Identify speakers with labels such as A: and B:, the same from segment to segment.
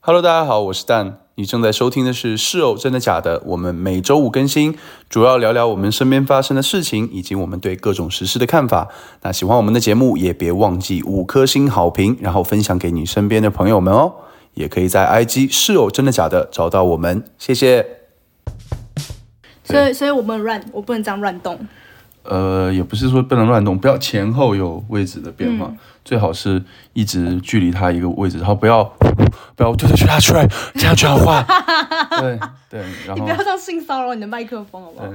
A: Hello，大家好，我是蛋。你正在收听的是《是哦，真的假的》，我们每周五更新，主要聊聊我们身边发生的事情，以及我们对各种时事的看法。那喜欢我们的节目，也别忘记五颗星好评，然后分享给你身边的朋友们哦。也可以在 IG 是哦，真的假的找到我们，谢谢。
B: 所以，所以我不能乱，我不能这样乱动。
A: 呃，也不是说不能乱动，不要前后有位置的变化，最好是一直距离它一个位置，然后不要不要对对去它去这样转 换，对对，然
B: 你
A: 后
B: 不要这样性骚扰你的麦克风，好不好？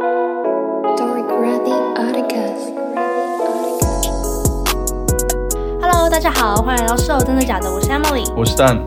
C: Dork Ready Articles.
B: Hello，大家好，欢迎来到《是哦，真的假的》，我是 Emily。
A: 我是蛋，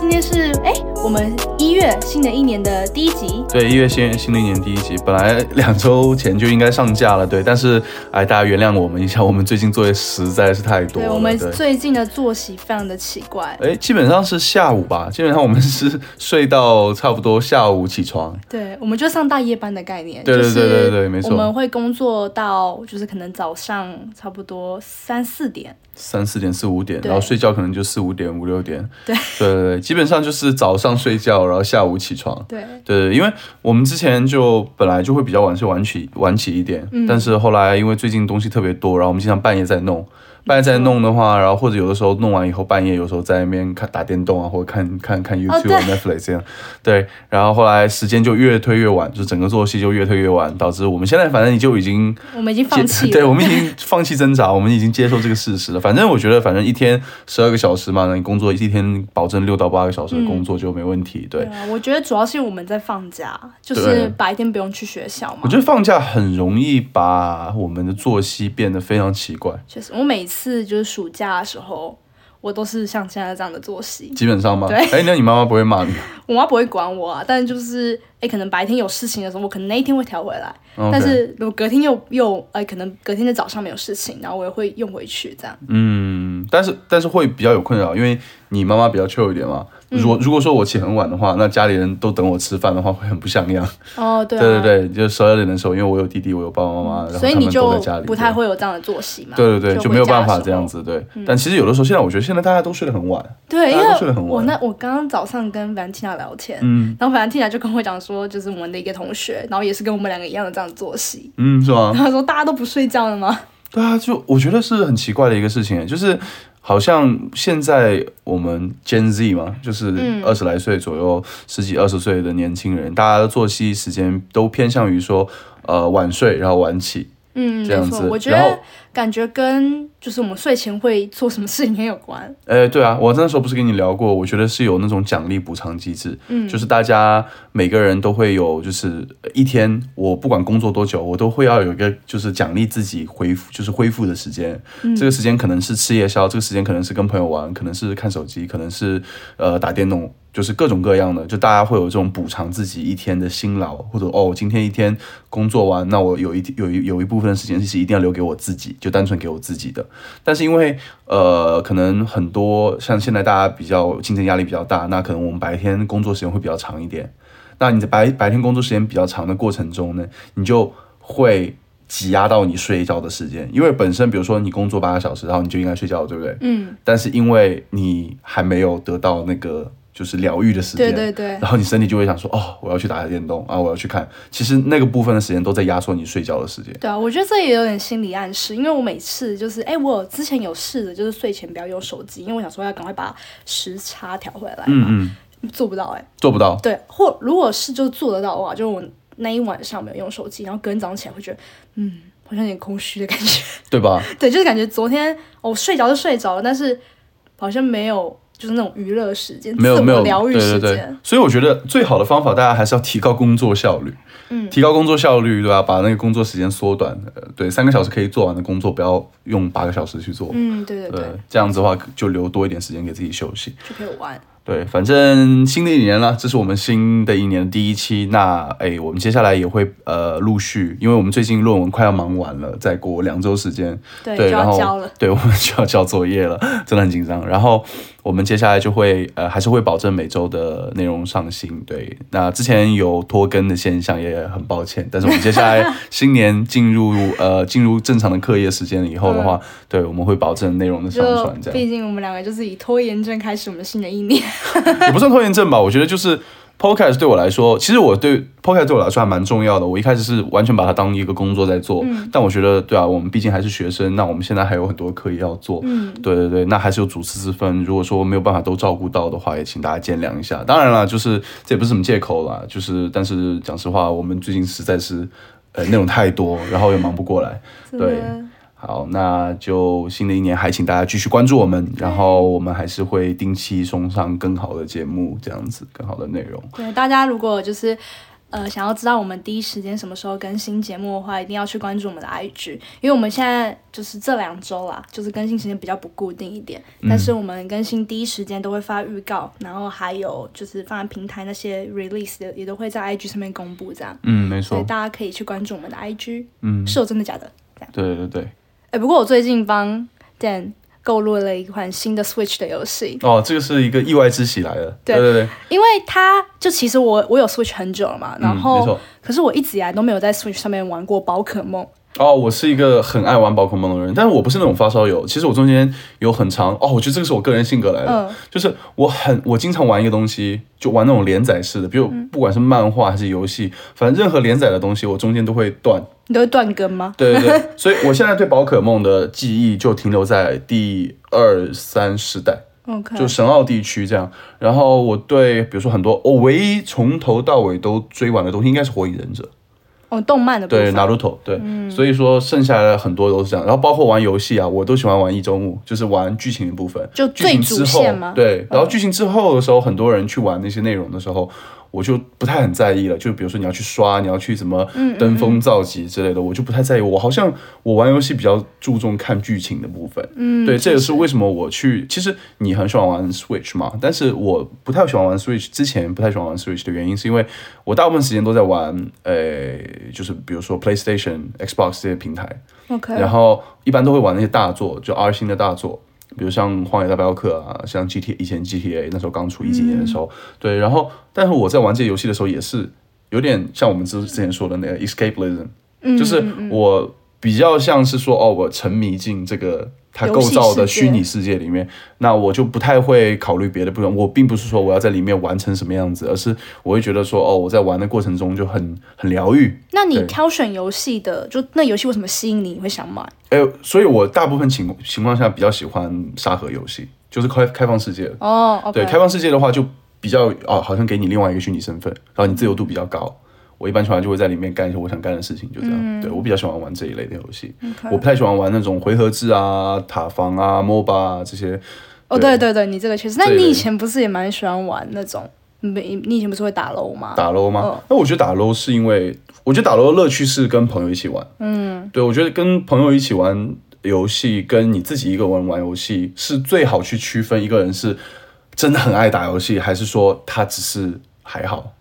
B: 今天是哎、我们一月新的一年的第一集，
A: 对一月新新的一年第一集，本来两周前就应该上架了，对，但是哎，大家原谅我们一下，我们最近作业实在是太多
B: 对
A: 了，
B: 我们
A: 对
B: 最近的作息非常的奇怪，
A: 哎，基本上是下午吧，基本上我们是睡到差不多下午起床，
B: 对，我们就上大夜班的概念，
A: 对对对
B: 就是
A: 对对没错
B: 我们会工作到就是可能早上差不多三四点，
A: 三四点、四五点，
B: 对
A: 然后睡觉可能就四五点、五六点。
B: 对
A: 对对对，基本上就是早上睡觉，然后下午起床。
B: 对，
A: 对，因为我们之前就本来就会比较晚睡晚起晚起一点，
B: 嗯
A: 但是后来因为最近东西特别多，然后我们经常半夜在弄，半夜在弄的话，然后或者有的时候弄完以后半夜有时候在那边看打电动啊，或者看看看 YouTube
B: 哦对
A: 或 Netflix 这样，对，然后后来时间就越推越晚，就整个作息就越推越晚，导致我们现在反正就已经
B: 我们已经
A: 接
B: 放弃了，
A: 对，我们已经放弃挣扎，我们已经接受这个事实了。反正我觉得，反正一天十二个小时嘛，你工作一天保证六到八个小时的工作就没问题。对，
B: 啊，我觉得主要是我们在放假，就
A: 对
B: 是白天不用去学校嘛
A: 我。觉得放假很容易把我们的作息变得非常奇怪，
B: 确实，我每次就是暑假的时候，我都是像现在这样的作息。
A: 基本上嘛。
B: 对
A: 哎，那你妈妈不会骂你？
B: 我妈不会管我啊，但就是哎、诶可能白天有事情的时候，我可能那一天会调回来。
A: OK
B: 但是如果隔天又又哎、可能隔天的早上没有事情，然后我也会用回去这样。
A: 嗯，但是但是会比较有困扰，因为你妈妈比较 chill 一点嘛。
B: 嗯
A: 如果如果说我起很晚的话，那家里人都等我吃饭的话，会很不像样。
B: 哦，对、啊、嗯
A: 对对对，就十二点的时候，因为我有弟弟，我有爸爸妈妈，然后
B: 所以
A: 他
B: 你
A: 们
B: 就
A: 都在家里，
B: 不
A: 对
B: 太会有这样的作息嘛？
A: 对对对，就没有办法这样
B: 子。
A: 子。对，但其实有的时候，现在我觉得现在大家都睡得很晚。
B: 对，因
A: 大家
B: 为
A: 都睡得很晚
B: 我那我刚刚早上跟 Valentina 聊天，
A: 嗯
B: 然后 Valentina 就跟我讲说，就是我们的一个同学，然后也是跟我们两个一样的这样的作息。
A: 嗯，是吗
B: 然？后他说大家都不睡觉了吗？
A: 对啊，就我觉得是很奇怪的一个事情，欸就是好像现在我们 Gen Z 嘛，就是二十来岁左右、十几二十岁的年轻人，大家的作息时间都偏向于说，呃，晚睡然后晚起。
B: 嗯，
A: 这样
B: 没错
A: 子，
B: 我觉
A: 然后
B: 得感觉跟就是我们睡前会做什么事情很有关。
A: 呃，对啊，我那时候不是跟你聊过，我觉得是有那种奖励补偿机制，嗯，就是大家每个人都会有，就是一天我不管工作多久，我都会要有一个就是奖励自己恢复，就是恢复的时间。这个时间可能是吃夜宵，这个时间可能是跟朋友玩，可能是看手机，可能是呃打电动。就是各种各样的，就大家会有这种补偿自己一天的辛劳，或者哦，今天一天工作完，那我有一有一有一部分的时间是一定要留给我自己，就单纯给我自己的。但是因为呃，可能很多像现在大家比较竞争压力比较大，那可能我们白天工作时间会比较长一点。那你在白白天工作时间比较长的过程中呢，你就会挤压到你睡觉的时间，因为本身比如说你工作八个小时，然后你就应该睡觉了，对不对？
B: 嗯，
A: 但是因为你还没有得到那个就是疗愈的时间，
B: 对对对
A: 然后你身体就会想说，哦，我要去打个电动啊，我要去看。其实那个部分的时间都在压缩你睡觉的时间。
B: 对啊，我觉得这也有点心理暗示，因为我每次就是哎、我有之前有试着就是睡前不要用手机，因为我想说要赶快把时差调回来嘛，
A: 嗯
B: 做不到哎、
A: 嗯，做不到。
B: 对，或如果是就做得到的话，就我那一晚上没有用手机，然后隔天早上起来会觉得，嗯，好像有点空虚的感觉。
A: 对吧？
B: 对，就是感觉昨天我、哦、睡着就睡着了，但是好像没有就是那种娱乐时间，
A: 没有
B: 自我
A: 没有
B: 疗愈时间。
A: 对对对，所以我觉得最好的方法，大家还是要提高工作效率。
B: 嗯
A: 提高工作效率，对吧？把那个工作时间缩短，呃，对，三个小时可以做完的工作，不要用八个小时去做。
B: 嗯，对对对，
A: 对，这样子的话就留多一点时间给自己休息。
B: 就可以玩。
A: 对，反正新的一年了，这是我们新的一年的第一期。那哎，我们接下来也会呃陆续，因为我们最近论文快要忙完了，再过两周时间，
B: 对
A: 对，
B: 就
A: 然
B: 要
A: 后
B: 交了。
A: 对我们就要交作业了， 真的很紧张。然后我们接下来就会呃，还是会保证每周的内容上新。对，那之前有拖更的现象，也很抱歉。但是我们接下来新年进入呃进入正常的课业时间了以后的
B: 嗯
A: 话，对我们会保证内容的上
B: 就
A: 传，这样
B: 毕竟我们两个就是以拖延症开始我们新的一年，
A: 也不算拖延症吧。我觉得就是。Podcast 对我来说，其实我对 Podcast 对我来说还蛮重要的。我一开始是完全把它当一个工作在做，但我觉得，对啊，我们毕竟还是学生，那我们现在还有很多课业要做，
B: 嗯，
A: 对对对，那还是有主次之分。如果说没有办法都照顾到的话，也请大家见谅一下。当然啦，就是这也不是什么借口啦，就是但是讲实话，我们最近实在是呃内容太多，然后也忙不过来。
B: 真
A: 对
B: 的，
A: 好，那就新的一年还请大家继续关注我们，然后我们还是会定期送上更好的节目，这样子更好的内容。
B: 对大家如果就是呃想要知道我们第一时间什么时候更新节目的话，一定要去关注我们的 IG，因为我们现在就是这两周啦，就是更新时间比较不固定一点，
A: 嗯
B: 但是我们更新第一时间都会发预告，然后还有就是放在平台那些 release 的也都会在 IG 上面公布这样，
A: 嗯，没
B: 所以
A: 错，
B: 大家可以去关注我们的 IG，
A: 嗯，
B: 是有哦真的假的？
A: 对对对。
B: 哎、不过我最近帮 Dan 购入了一款新的 Switch 的游戏，
A: 哦，这个是一个意外之喜来的。
B: 对
A: 对对，
B: 因为它就其实我我有 Switch 很久了嘛，然
A: 嗯、没
B: 后、
A: 错。
B: 可是我一直以来都没有在 Switch 上面玩过宝可梦，
A: 哦，我是一个很爱玩宝可梦的人，但是我不是那种发烧友。其实我中间有很长哦，我觉得这个是我个人性格来的，
B: 嗯
A: 就是我很我经常玩一个东西，就玩那种连载式的，比如
B: 嗯
A: 不管是漫画还是游戏，反正任何连载的东西，我中间都会断。
B: 你都会断更吗？
A: 对对对， 所以我现在对宝可梦的记忆就停留在第二三世代。
B: OK，
A: 就神奥地区这样。然后我对，比如说很多，我、唯一从头到尾都追完的东西应该是《火影忍者》，
B: 哦，动漫的部
A: 对
B: 分。
A: ，Naruto，对，所以说剩下的很多都是这样。然后包括玩游戏啊，我都喜欢玩一周目，就是玩剧情的部分。
B: 就
A: 剧情
B: 最
A: 之
B: 主
A: 后
B: 线吗，嗯
A: 对，然后剧情之后的时候，很多人去玩那些内容的时候。我就不太很在意了，就比如说你要去刷，你要去什么
B: 嗯
A: 登峰造极之类的，我就不太在意。我好像我玩游戏比较注重看剧情的部分，
B: 嗯，
A: 对，这也
B: 确实
A: 是为什么我去。其实你很喜欢玩 Switch 嘛，但是我不太喜欢玩 Switch。之前不太喜欢玩 Switch 的原因，是因为我大部分时间都在玩，呃，就是比如说 PlayStation、Xbox 这些平台，
B: OK，
A: 然后一般都会玩那些大作，就 R 星的大作，比如像《荒野大镖客》啊，像 GTA 以前 GTA 那时候刚出一几年的时候，对。然后，但是我在玩这些游戏的时候，也是有点像我们之之前说的那个 escapism，、就是我比较像是说，哦，我沉迷进这个。它构造的
B: 游戏世界
A: 虚拟世界里面，那我就不太会考虑别的部分。我并不是说我要在里面完成什么样子，而是我会觉得说，哦，我在玩的过程中就很很疗愈，
B: 那你
A: 对
B: 挑选游戏的，就那游戏为什么吸引你，你会想买？
A: 哎，所以我大部分情情况下比较喜欢沙盒游戏，就是开开放世界。
B: 哦，OK，
A: 对，开放世界的话就比较哦，好像给你另外一个虚拟身份，然后你自由度比较高。我一般喜欢就会在里面干一些我想干的事情，就这样。对我比较喜欢玩这一类的游戏
B: 嗯 OK
A: 我不太喜欢玩那种回合制啊、塔防啊、MOBA 啊这些。
B: 哦，对对对，你这个确实。那
A: 对
B: 你
A: 对
B: 以前不是也蛮喜欢玩那种？你你以前不是会打 LO 吗？
A: 打 LO 吗？那、我觉得打 LO 是因为，我觉得打 LO 的乐趣是跟朋友一起玩。嗯，对，我觉得跟朋友一起玩游戏，跟你自己一个人玩游戏是最好去区分一个人是真的很爱打游戏，还是说他只是还好。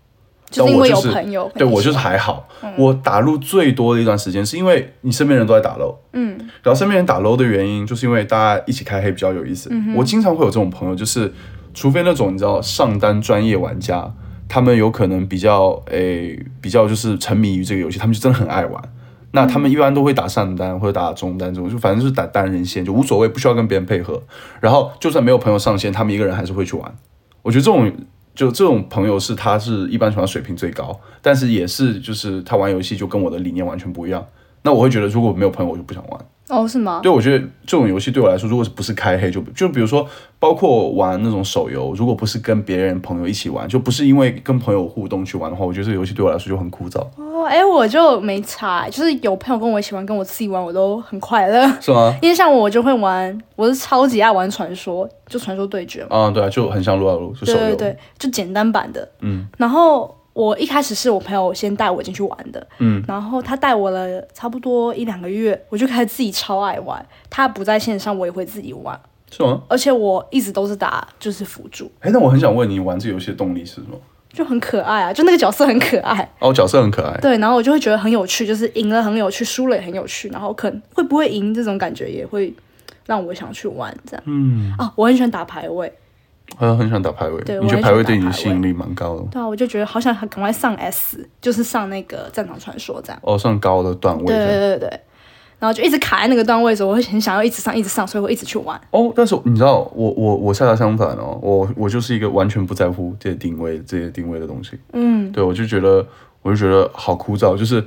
B: 就
A: 但
B: 是因
A: 我
B: 为
A: 就
B: 有
A: 是
B: 朋友，
A: 对我
B: 一起
A: 就是还好，我打入最多的一段时间是因为你身边人都在打 LO，嗯，然后身边人打 LO 的原因就是因为大家一起开黑比较有意思。我经常会有这种朋友，就是除非那种你知道上单专业玩家，他们有可能比较诶、比较就是沉迷于这个游戏，他们就真的很爱玩。那他们一般都会打上单或者打中单这种，就反正就是打单人线，就无所谓，不需要跟别人配合。然后就算没有朋友上线，他们一个人还是会去玩。我觉得这种就这种朋友是他是一般情况下水平最高，但是也是就是他玩游戏就跟我的理念完全不一样。那我会觉得如果没有朋友我就不想玩。
B: 哦，是吗？
A: 对，我觉得这种游戏对我来说，如果是不是开黑就就比如说包括玩那种手游，如果不是跟别人朋友一起玩，就不是因为跟朋友互动去玩的话，我觉得这个游戏对我来说就很枯燥，
B: 哦，哎，我就没差，就是有朋友跟我一起玩，跟我自己玩，我都很快乐。
A: 是吗？
B: 因为像我，我就会玩，我是超级爱玩传说，就传说对决嘛。
A: 啊、对啊，就很像撸啊撸，就手
B: 对
A: 游。
B: 对对，就简单版的。
A: 嗯。
B: 然后我一开始是我朋友先带我进去玩的，
A: 嗯。
B: 然后他带我了差不多一两个月，我就开始自己超爱玩。他不在线上，我也会自己玩。
A: 是吗？
B: 而且我一直都是打就是辅助，
A: 哎，那我很想问你，玩这游戏的动力是什么？
B: 就很可爱啊，就那个角色很可爱。
A: 哦，角色很可爱，
B: 对，然后我就会觉得很有趣，就是赢了很有趣，输了也很有趣，然后可能会不会赢这种感觉也会让我想去玩这样。嗯，啊，我很喜欢打排位，
A: 我呃很喜欢打排位
B: 对。
A: 你
B: 我
A: 觉得
B: 很
A: 排位
B: 喜欢
A: 对你的
B: 打排
A: 吸引力蛮高的？
B: 对啊，我就觉得好想赶快上 S，就是上那个战场传说这样。
A: 哦，算高的段位
B: 对
A: 这样。
B: 对对对，然后就一直卡在那个段位的时候，我会很想要一直上一直上，所以我一直去玩。
A: 哦，但是你知道，我我我恰恰相反哦，我我就是一个完全不在乎这些定位这些定位的东西。嗯，对，我就觉得我就觉得好枯燥，就是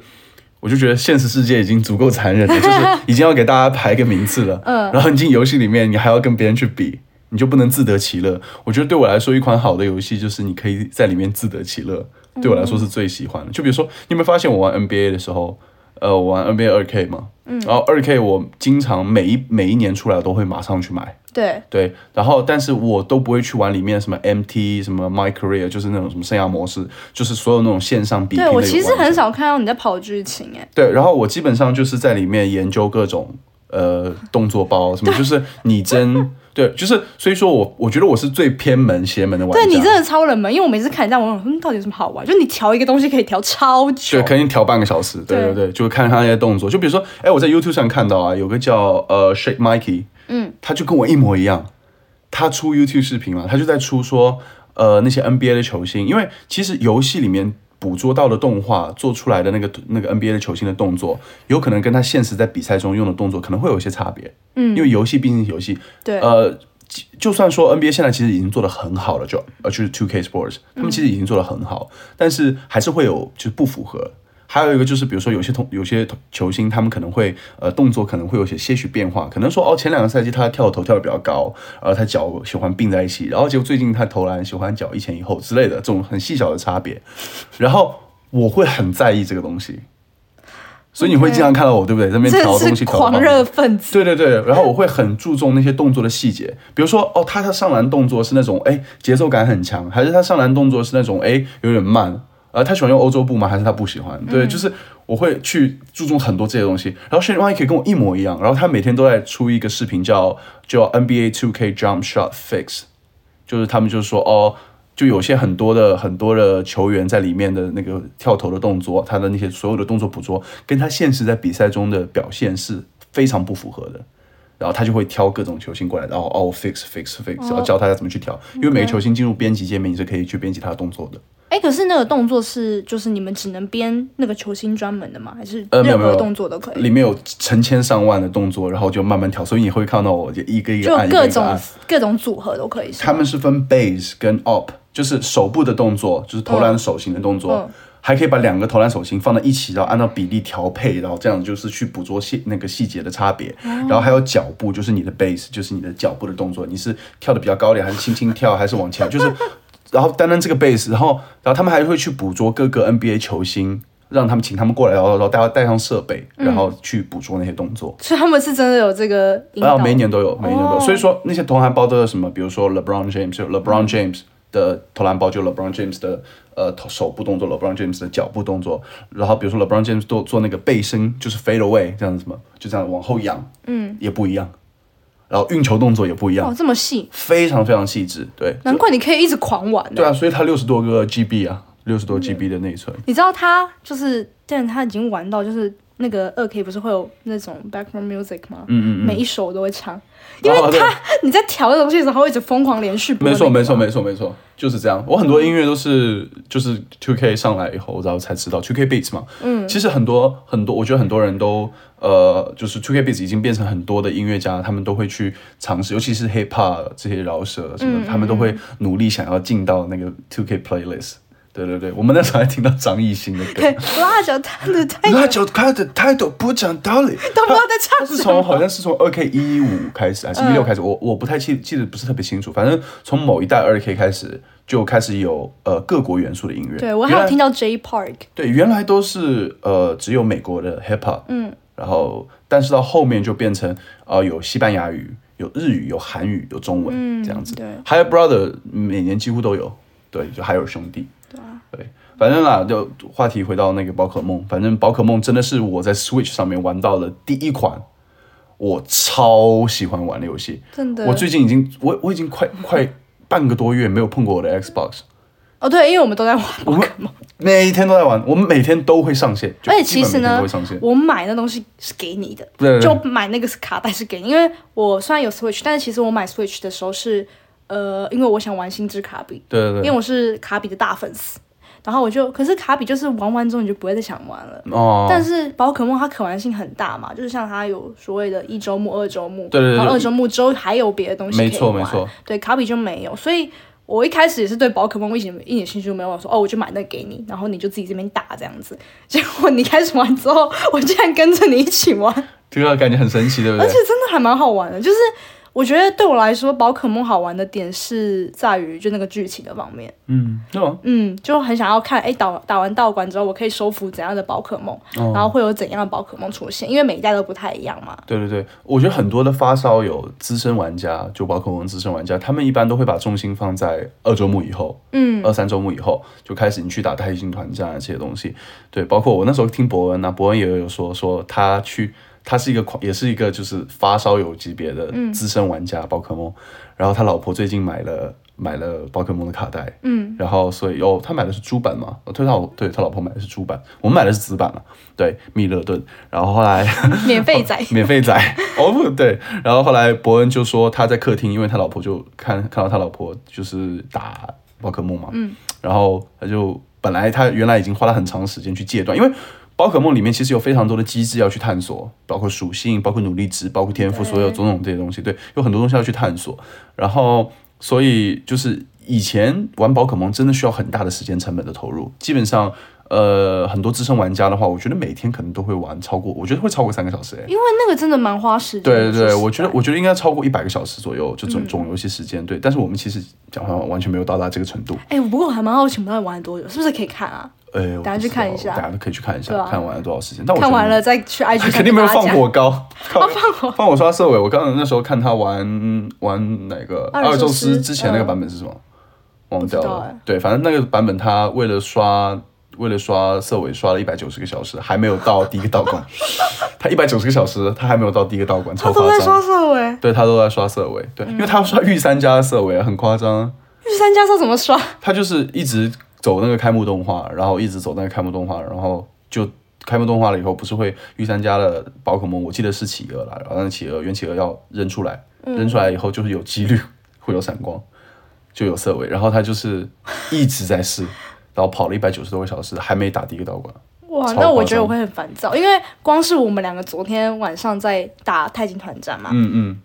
A: 我就觉得现实世界已经足够残忍了，就是已经要给大家排个名次了。 嗯，然后你进游戏里面，你还要跟别人去比。你就不能自得其乐？我觉得对我来说，一款好的游戏就是你可以在里面自得其乐，对我来说是最喜欢的。就比如说，你有没有发现我玩 NBA 的时候，呃，我玩 NBA 二 K 嘛，嗯，然后二 K 我经常每一每一年出来我都会马上去买，
B: 对，
A: 对，然后但是我都不会去玩里面什么 MT 什么 My Career，就是那种什么生涯模式，就是所有那种线上比拼的
B: 对
A: 有
B: 我
A: 玩
B: 哦其实很
A: 法
B: 少看到你在跑剧情哎、
A: 对，然后我基本上就是在里面研究各种呃动作包什么，就是拟真， 对，就是所以说我我觉得我是最偏门邪门的玩家，
B: 对你真的超冷门，因为我每次看你在玩，我想说嗯到底有什么好玩？就你调一个东西可以调超久
A: 对，，肯定调半个小时。对对
B: 对
A: 对，就看他那些动作。就比如说，哎，我在 YouTube 上看到啊，有个叫呃 Shake Mikey，嗯，他就跟我一模一样，他出 YouTube 视频嘛，他就在出说呃那些 NBA 的球星，因为其实游戏里面。捕捉到的动画做出来的那个那个 NBA 的球星的动作，有可能跟他现实在比赛中用的动作可能会有一些差别。嗯，因为游戏毕竟是游戏，
B: 对
A: 呃，就就算说 NBA 现在其实已经做得很好了，就呃就是 Two K Sports，他
B: 嗯
A: 们其实已经做得很好，但是还是会有就是不符合。还有一个就是，比如说有些同有些球星，他们可能会呃动作可能会有些些许变化，可能说哦前两个赛季他跳投跳得比较高，呃他脚喜欢并在一起，然后结果最近他投篮喜欢脚一前一后之类的这种很细小的差别，然后我会很在意这个东西，所以你会经常看到我对不对？在那边
B: 真
A: 调
B: 的
A: 东西
B: 是
A: 调到
B: 狂
A: 旁边
B: 热分子。
A: 对对对，然后我会很注重那些动作的细节，比如说哦，他的上篮动作是那种哎节奏感很强，还是他上篮动作是那种哎有点慢？呃，他喜欢用欧洲步吗？还是他不喜欢？对，就是我会去注重很多这些东西。然后 Shane Mike 跟我一模一样，然后他每天都在出一个视频叫叫 NBA 2K Jump Shot Fix，就是他们就说哦，就有些很多的很多的球员在里面的那个跳投的动作，他的那些所有的动作捕捉，跟他现实在比赛中的表现是非常不符合的。然后他就会挑各种球星过来，然后哦 fix fix fix，然后
B: 哦
A: 教大家怎么去调，因为每
B: 嗯
A: 个球星进入编辑界面，你是可以去编辑他的动作的。
B: 哎、可是那个动作是就是你们只能编那个球星专门的吗？还是
A: 呃，没有
B: 任
A: 没有，
B: 何动作都可以？
A: 里面有成千上万的动作，然后就慢慢调，所以你会看到我就一个一
B: 就
A: 个按，一
B: 各
A: 个一个按
B: 种。各种组合都可以是吗。
A: 他们是分 base 跟 up，就是手部的动作，就是投篮手型的动作，
B: 嗯
A: 还可以把两个投篮手型放在一起，然后按照比例调配，然后这样就是去捕捉细那个细节的差别。然后还有脚步，就是你的 base，就是你的脚步的动作，你是跳的比较高一点，还是轻轻跳，还是往前，就是。 然后单单这个 base，然后然后他们还会去捕捉各个 NBA 球星，让他们请他们过来，然后然后大家带上设备，然后去捕捉那些动作。
B: 所以他们是真的有这个引
A: 然
B: 导。
A: 哦后每一哦年都有，每一年都有。所以说那些投篮包都有什么？比如说 LeBron James 有 LeBron James 的投篮包，就 LeBron James 的呃头手部动作，LeBron James 的脚步动作。然后比如说 LeBron James 做做那个背身，就是 fade away 这样子嘛，就这样往后仰，嗯，也不一样。然后运球动作也不一样，
B: 哦，这么细，
A: 非常非常细致。对，
B: 难怪你可以一直狂玩欸呢、
A: 对啊，所以它六十多个 GB 啊，六十多 GB 的内存。
B: 你知道他就是，但他已经玩到就是那个二 K 不是会有那种 background music 吗？嗯嗯每一首我都会唱，因为
A: 哦对
B: 他、你在调的东西的时候，他会一直疯狂连续播
A: 没
B: 那个
A: 错，
B: 嘛。
A: 没错，没错，没错，就是这样。我很多音乐都是就是 Two K 上来以后，然后才知道 Two K Beats 嘛。嗯，其实很多很多，我觉得很多人都呃，就是 Two K Beats 已经变成很多的音乐家，他们都会去尝试，尤其是 Hip Hop 这些饶舌什么的，他们都会努力想要进到那个 Two K Playlist。对对对，我们那时候还听到张艺兴的歌
B: 对。，拉着他的太
A: 那就他的态度不讲道理，
B: 都不知道在
A: 他
B: 唱
A: 是
B: 什
A: 从
B: 么。
A: 好像是从二 K 一五开始还
B: 嗯
A: 是一六开始，我我不太记记得不是特别清楚，反正从某一代二 K 开始就开始有呃各国元素的音乐。
B: 对我还
A: 原
B: 有
A: 来
B: 听到 J Park，
A: 对，原来都是呃只有美国的 hip hop，嗯，然后但是到后面就变成呃有西班牙语、有日语、有韩语、有中文、这样子。
B: 对
A: 还有 brother 每年几乎都有，对，就还有兄弟，对、啊反正啦，就话题回到那个宝可梦，反正宝可梦真的是我在 Switch 上面玩到的第一款我超喜欢玩的游戏。
B: 真的。
A: 我最近已经，我我已经快快半个多月没有碰过我的 Xbox，
B: 哦对，因为我们都在玩宝
A: 我们
B: 可梦。
A: 每一天都在玩，我们每天都会上线，就
B: 而且
A: 基
B: 其
A: 本
B: 实
A: 每天
B: 呢
A: 都会上线，。
B: 我买那东西是给你的，
A: 对对对
B: 就买那个卡带是给你，因为我虽然有 Switch，但是其实我买 Switch 的时候是，呃，因为我想玩星之卡比，
A: 对对
B: 因为
A: 对，
B: 我是卡比的大粉丝，然后我就，可是卡比就是玩完之后你就不会再想玩了。
A: 哦，
B: 但是宝可梦它可玩性很大嘛，就是像它有所谓的一周目、二周目，
A: 对对对
B: 然后二周目之后还有别的东西可以
A: 没错没
B: 玩
A: 错，
B: 对卡比就没有，所以我一开始也是对宝可梦一点一点兴趣都没有，我说哦我就买那个给你，然后你就自己这边打这样子，结果你开始玩之后，我竟然跟着你一 起玩，
A: 这个感觉很神奇，对不
B: 而
A: 对
B: 且？真的还蛮好玩的，就是我觉得对我来说宝可梦好玩的点是在于就那个剧情的方面，
A: 嗯，对吧？
B: 嗯，就很想要看，哎，打打完道馆之后，我可以收服怎样的宝可梦，
A: 哦
B: 然后会有怎样的宝可梦出现，因为每一代都不太一样 嘛。
A: 对对对，我觉得很多的发烧友、资深玩家，就宝可梦资深玩家，他们一般都会把重心放在二周目以后，
B: 嗯，
A: 二三周目以后就开始你去打太极团战啊这些东西。对，包括我那时候听博文啊，博文也有说说他去，他是一个狂，也是一个就是发烧友级别的资深玩家宝可梦，然后他老婆最近买了买了宝可梦的卡带，嗯，然后所以哦，他买的是猪版嘛，哦对，他老对他老婆买的是猪版，我们买的是紫版嘛，对，密勒顿，然后后来。
B: 免费仔，
A: 免费仔哦不对，然后后来伯恩就说他在客厅，因为他老婆就看看到他老婆就是打宝可梦嘛，嗯，然后他就本来他原来已经花了很长时间去戒断，因为宝可梦里面其实有非常多的机制要去探索，包括属性、包括努力值、包括天赋，所有种种这些东西，对，有很多东西要去探索，然后所以就是以前玩宝可梦真的需要很大的时间成本的投入，基本上。呃，很多资深玩家的话，我觉得每天可能都会玩超过，我觉得会超过三个小时、欸。
B: 因为那个真的蛮花时间
A: 对
B: 的。
A: 对
B: 嗯说
A: 对，
B: 实
A: 我觉得
B: 在嗯
A: 我觉得应该超过一百个小时左右，就总总游戏时间。对，但是我们其实讲完完全没有到达这个程度。
B: 哎、不过我还蛮好奇，我们到底玩了多久？是不是可以看啊？
A: 呃，我
B: 大家
A: 不
B: 去
A: 知
B: 看
A: 道
B: 一下
A: 大家都可以去看一下，
B: 对啊
A: 看完了多少时间。但我
B: 看
A: 觉得
B: 完了再去 IG
A: 他
B: 上
A: 肯定没有
B: 跟大
A: 放
B: 家
A: 火 高，放
B: 放火
A: 放火刷色尾。我刚刚那时候看他玩玩哪个
B: 阿尔
A: 尔宙
B: 宙斯
A: 斯之前那个
B: 嗯
A: 版本是什么？忘掉
B: 不知道
A: 了
B: 哎。
A: 对，反正那个版本他为了刷。为了刷色尾，刷了一百九十个小时，还没有到第一个道 馆。他一百九十个小时，他还没有到第一个道馆，超
B: 讲，他
A: 夸
B: 都在
A: 张。
B: 刷色尾，
A: 对他都在刷色尾，对，因为他刷御三家色尾啊很夸张啊，
B: 御三家说怎么 刷？
A: 他就是一直走那个开幕动画，然后一直走那个开幕动画，然后就开幕动画了以后，不是会御三家的宝可梦，我记得是企鹅啦，然后那企鹅原企鹅要扔出来，扔出来以后就是有几率会有闪光，就有色尾，然后他就是一直在试，然后跑了一百九十多个小时，还没打第一个道馆，
B: 哇，
A: 超
B: 那
A: 夸
B: 我觉得
A: 张
B: 我会很烦躁，因为光是我们两个昨天晚上在打太极团战嘛，
A: 嗯嗯，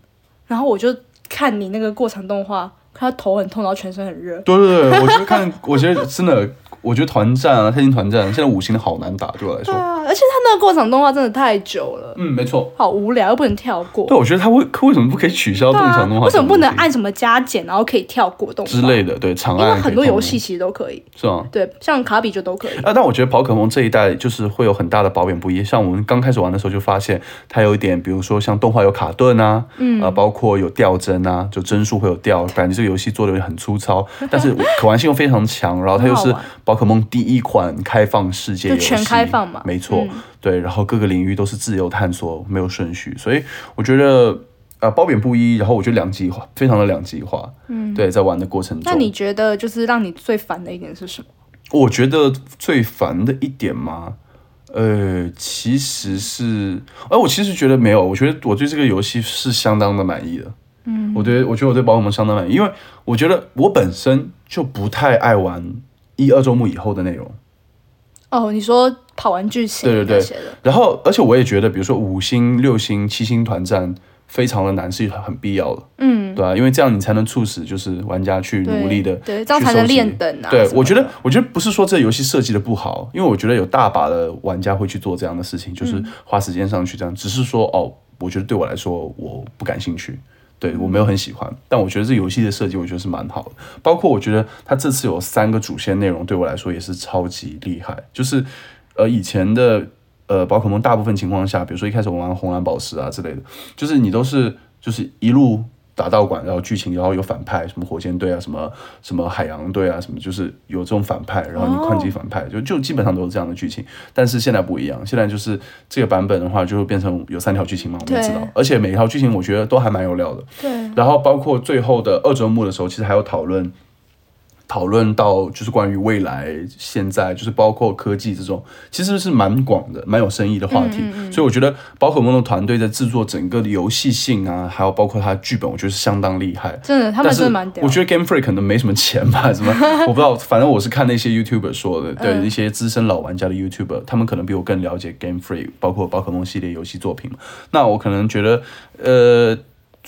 B: 然后我就看你那个过程动画，看他头很痛，然后全身很热。
A: 对对对，我觉得看，我觉得真的，我觉得团战啊，太极团战现在五星的好难打，对我来说
B: 对，啊，而且他那个过场动画真的太久了，
A: 嗯，没错。
B: 好无聊，又不能跳过。
A: 对，我觉得他为为什么不可以取消
B: 对
A: 动
B: 啊
A: 场动，画？
B: 为什么不能按什么加减，然后可以跳过动画
A: 之类？的？对，长
B: 因为
A: 按可以
B: 很多
A: 通
B: 游
A: 过
B: 戏其实都可以，
A: 是吗？
B: 对，像卡比就都可以。
A: 啊，但我觉得宝可梦这一代就是会有很大的褒贬不一。像我们刚开始玩的时候就发现，它有一点，比如说像动画有卡顿啊，嗯，啊，包括有掉帧啊，就帧数会有掉，感觉这个游戏做的很粗 糙，但是可玩性又非常强。然后它又
B: 很
A: 是
B: 好玩
A: 宝可梦第一款开放世界
B: 就
A: 游戏，
B: 全开放嘛嗯
A: 没错，对。然后各个领域都是自由探索，没有顺序，所以我觉得。啊，褒贬不一，然后我觉得两极化，非常的两极化。嗯，对，在玩的过程中，
B: 那你觉得就是让你最烦的一点是什么？
A: 我觉得最烦的一点嘛，呃，其实是，哎、我其实觉得没有，我觉得我对这个游戏是相当的满意的。嗯，我对我觉得我对宝可梦相当满意，因为我觉得我本身就不太爱玩一二周目以后的内容。
B: 哦，你说跑完剧情
A: 对对对
B: 那些的，
A: 然后，而且我也觉得，比如说五星、六星、七星团战非常的难，是很必要的。嗯，对啊，因为这样你才能促使就是玩家去
B: 对
A: 努力的，
B: 对这样才能练等啊
A: 对
B: 什，么
A: 我觉得
B: 的，
A: 我觉得不是说这游戏设计的不好，因为我觉得有大把的玩家会去做这样的事情，
B: 嗯
A: 就是花时间上去这样。只是说哦，我觉得对我来说我不感兴趣。
B: 嗯
A: 对我没有很喜欢，但我觉得这游戏的设计我觉得是蛮好的，包括我觉得它这次有三个主线内容对我来说也是超级厉害，就是呃以前的呃宝可梦大部分情况下，比如说一开始我玩红蓝宝石啊之类的，就是你都是就是一路打道馆，然后剧情，然后有反派，什么火箭队啊，什么什么海洋队啊，什么就是有这种反派，然后你
B: 哦
A: 抗击反派，就就基本上都是这样的剧情。但是现在不一样，现在就是这个版本的话，就会变成有三条剧情嘛，我们也知道
B: 对，
A: 而且每一条剧情我觉得都还蛮有料的。
B: 对，
A: 然后包括最后的二周目的时候，其实还有讨论，讨论到就是关于未来、现在，就是包括科技这种，其实是蛮广的、蛮有深意的话题。所以我觉得宝可梦的团队在制作整个的游戏性啊，还有包括它的剧本，我觉得是相当厉害。
B: 真的，他
A: 但
B: 们
A: 是
B: 真的蛮屌。
A: 我觉得 Game Freak 可能没什么钱吧， 什么我不知道，反正我是看那些 YouTuber 说的，
B: 嗯
A: 对、一些资深老玩家的 YouTuber，他们可能比我更了解 Game Freak，包括宝可梦系列游戏作品嘛。那我可能觉得，呃。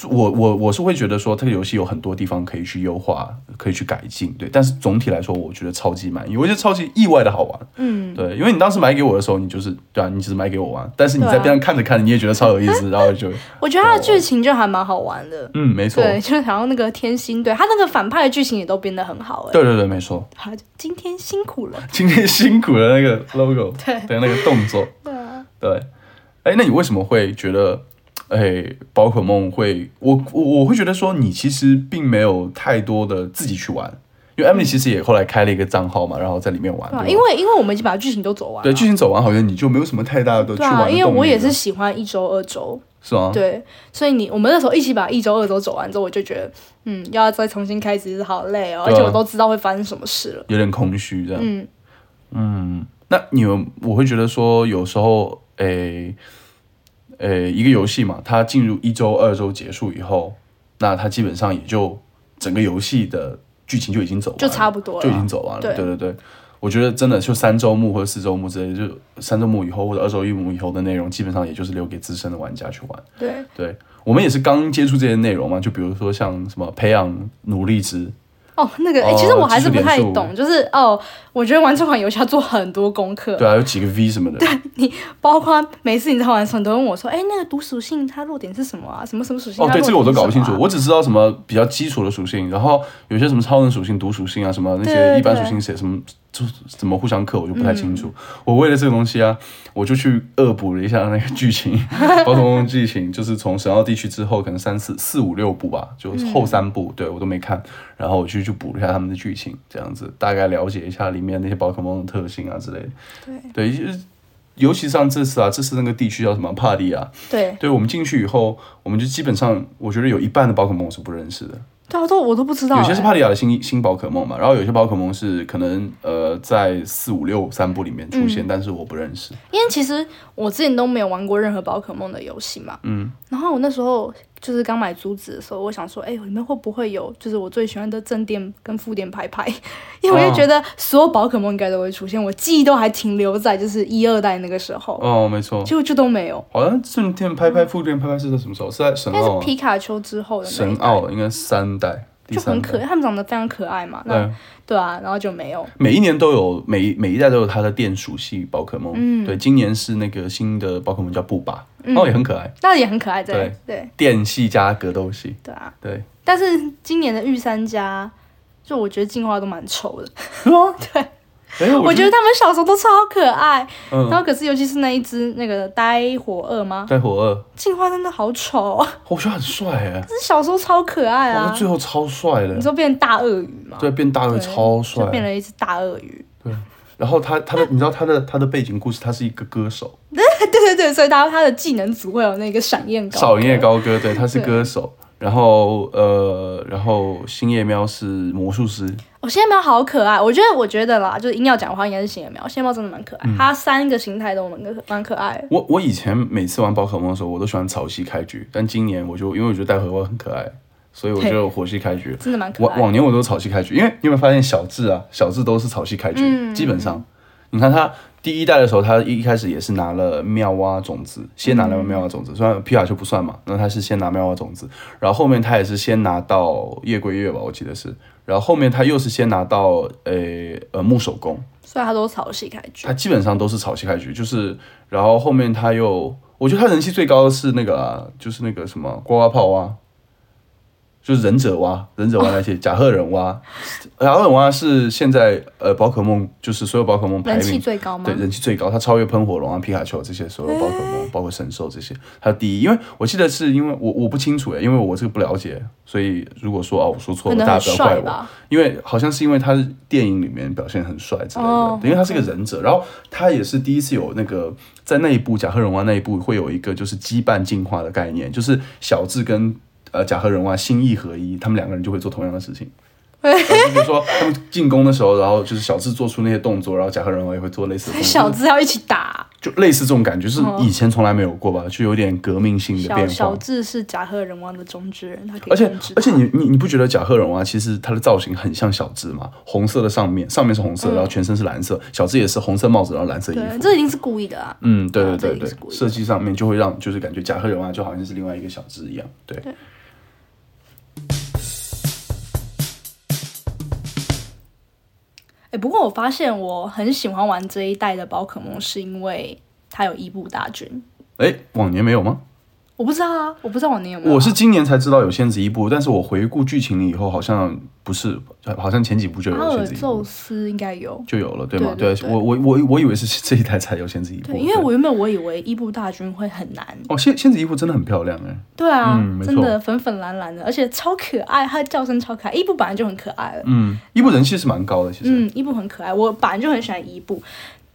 A: 我我我是会觉得说这个游戏有很多地方可以去优化，可以去改进，对。但是总体来说，我觉得超级满意，我觉得超级意外的好玩，嗯，对。因为你当时买给我的时候，你就是对啊，你只是买给我玩，但是你在
B: 对啊
A: 边上看着看着，你也觉得超有意 思，然后就
B: 我觉得他的剧情就还蛮好玩的。
A: 嗯，没错，
B: 对，就是然后那个天心，对他那个反派的剧情也都编得很好哎、
A: 对对对，没错。
B: 好，今天辛苦了。
A: 今天辛苦的那个 logo，
B: 对
A: 的那个动作，
B: 对啊，
A: 对，哎，那你为什么会觉得，哎，宝可梦会，我我我会觉得说你其实并没有太多的自己去玩，因为 Emily 其实也后来开了一个账号嘛，然后在里面玩，
B: 嗯对啊，
A: 对吧
B: 因为因为我们已经把剧情都走完了。
A: 对剧情走完，好像你就没有什么太大的去
B: 对
A: 玩的
B: 啊，
A: 动力
B: 因
A: 了，啊
B: 为我也是喜欢一周、二周，
A: 是吗？
B: 对，所以你我们那时候一起把一周、二周走完之后，我就觉得，嗯，要再重新开始好累哦，
A: 对啊
B: 而且我都知道会发生什么事了。
A: 有点空虚这样。
B: 嗯
A: 嗯那你有我会觉得说，有时候诶诶，一个游戏嘛，它进入一周、二周结束以后，那它基本上也就整个游戏的剧情就已经走完了，
B: 就差不多了
A: 就已经走完了。
B: 对
A: 对对对。我觉得真的就三周目或者四周目之类的，就三周目以后或者二周一目以后的内容，基本上也就是留给资深的玩家去玩。
B: 对，
A: 对啊我们也是刚接触这些内容嘛，就比如说像什么培养努力值，
B: 哦，那个，哎，
A: 哦
B: 其实我还是不太
A: 技术点数
B: 懂，就是哦，我觉得玩这款游戏要做很多功课，
A: 对啊，有几个 V 什么的，
B: 包括每次你在玩的时候，你都问我说，哎，那个毒属性它弱点是什么啊？什么什么属性？
A: 哦，对，这个我都搞不清楚，
B: 我
A: 我只知道什么比较基础的属性，然后有些什么超能属性、毒属性啊，什么那些
B: 对
A: 一般
B: 对嗯
A: 属性写什么，就是怎么互相克，我就不太清楚。我为了这个东西啊，我就去恶补了一下那个剧情，《宝可 梦》剧情就是从神奥地区之后，可能三四四五六部吧，就是
B: 嗯
A: 后三部，对我都没看，然后我去去补了一下他们的剧情，这样子大概了解一下里面那些宝可梦的特性啊之类的。对，就是尤其像这次啊，这次那个地区叫什么帕利啊。
B: 对
A: 对我们进去以后，我们就基本上，我觉得有一半的宝可梦我是不认识的，
B: 对啊，都我都不知道，
A: 有些是
B: 哎
A: 帕里亚的新新宝可梦嘛，然后有些宝可梦是可能呃在四五六三部里面出
B: 嗯
A: 现，但是我不认识。
B: 因为其实我之前都没有玩过任何宝可梦的游戏嘛，嗯，然后我那时候就是刚买珠子的时候，我想说，哎、里面会不会有就是我最喜欢的正电跟负电牌牌？因为我
A: 哦
B: 就觉得所有宝可梦应该都会出现，我记忆都还停留在就是一二代那个时候，
A: 哦，没错，
B: 结果就都没有，
A: 好像正电拍拍、副电拍拍是在什么时候？是在神
B: 应该
A: 奥
B: 是
A: 啊，
B: 皮卡丘之后的那
A: 神
B: 一代，
A: 奥应该三代，第
B: 就很
A: 三
B: 可
A: 代。
B: 爱，他们长得非常可爱嘛，那
A: 对，
B: 对啊，然后就没有，
A: 每一年都有，每一每一代都有它的电属系宝可梦。嗯，对，今年是那个新的宝可梦叫布巴，
B: 嗯
A: 哦，也很可爱，
B: 那也很可爱，对
A: 对
B: 对
A: 电系加格斗系。
B: 对啊，
A: 对，
B: 但是今年的御三家，就我觉得进化都蛮 丑的。
A: 是吗？
B: 对，
A: 哎，
B: 我觉得他们小时候都超可爱，
A: 嗯
B: 然后可是尤其是那一只那个呆火二吗？
A: 带火二。
B: 进化真的好丑、哦，
A: 我觉得很帅哎，
B: 这小时候超可爱
A: 哇，
B: 啊
A: 他！最后超帅
B: 你
A: 的，
B: 说变大鳄鱼吗？
A: 对，变大了
B: 对，
A: 超帅
B: 就。变了一只大鳄鱼。
A: 然后他他的，你知道他的他的背景故事，他是一个歌手，
B: 对对对，所以他他的技能组会有那个闪焰高。
A: 少爷。高歌，对，他是歌手。然后呃，然后星夜喵是魔术师，
B: 我仙苗好可爱，我觉得我觉得啦，就是硬要讲的话，应该是仙苗。仙苗真的蛮可爱，
A: 嗯
B: 它三个形态都蛮可蛮可爱的。
A: 我我以前每次玩宝可梦的时候，我都喜欢草系开局，但今年我就因为我觉得戴回我很可爱，所以我就火系开局。
B: 真的蛮可
A: 往
B: 爱的。
A: 往年我都是草系开局，因为你有没有发现小智啊，小智都是草系开局，
B: 嗯
A: 基本上，你看他第一代的时候，他一开始也是拿了妙蛙种子，先拿了
B: 嗯
A: 妙蛙种子，虽然皮卡丘不算嘛，那他是先拿妙蛙种子，然后后面他也是先拿到夜归月吧，我记得是，然后后面他又是先拿到呃呃木手工，
B: 虽然它都是草系开局
A: 他，基本上都是草系开局，就是然后后面他又，我觉得他人气最高的是那个啊、就是那个什么呱呱泡蛙、就是忍者蛙，忍者蛙那 些甲贺忍蛙，甲贺忍蛙是现在呃宝可梦就是所有宝可梦排
B: 人气
A: 名
B: 最高吗？
A: 对人气最高，它超越喷火龙啊、皮卡丘这些所有宝可梦，包括神兽这些，它第一。因为我记得是因为我我不清楚诶，因为我这个不了解，所以如果说哦我说错
B: 可
A: 了，
B: 能
A: 大
B: 很
A: 家不要怪
B: 帅
A: 我。
B: 吧。
A: 因为好像是因为他是电影里面表现很帅之类的，
B: 哦
A: 因为他是个忍者，然后他也是第一次有那个在那一部甲贺忍蛙那一部会有一个就是羁绊进化的概念，就是小智跟。呃，甲贺忍蛙心意合一，他们两个人就会做同样的事 情。呃比如说，他们进攻的时候，然后就是小智做出那些动作，然后甲贺忍蛙也会做类似的动作。
B: 小智要一起打，
A: 就类似这种感觉，是以前从来没有过吧，就有点革命性的
B: 小
A: 变
B: 小
A: 化。
B: 智是甲贺人王的中之人，他可以
A: 而且
B: 控制
A: 而且
B: 他
A: 你你你不觉得甲贺忍蛙其实它的造型很像小智吗？红色的上面，上面是红色，然后全身是蓝色，小智也是红色帽子，然后蓝色衣
B: 嗯对，
A: 服。
B: 这一定是故意的啊。
A: 嗯，对对
B: 啊这
A: 对
B: 一定是
A: 对，
B: 故意的
A: 设计上面就会让就是感觉甲贺忍蛙就好像是另外一个小智一样，对。
B: 哎、不过我发现我很喜欢玩这一代的宝可梦，是因为它有伊布大军。
A: 哎，往年没有吗？
B: 我不知道啊，我不知道往年有没有啊。
A: 我是今年才知道有仙子一部，但是我回顾剧情了以后，好像不是，好像前几部就
B: 阿
A: 有
B: 尔
A: 仙子一
B: 宙
A: 部，
B: 斯应该有。
A: 就有了，对吗？
B: 啊对对对
A: 我我我我以为是这一代才有仙子一部，
B: 对，因为我原本我以为伊布大军会很难，
A: 哦，仙仙子衣服真的很漂亮哎、
B: 对啊，
A: 嗯没错
B: 真的粉粉蓝蓝的，而且超可爱，它的叫声超可爱。伊布本来就很可爱了，
A: 嗯，衣服人气是蛮高的，其实。
B: 嗯，伊布很可爱，我本来就很喜欢伊布。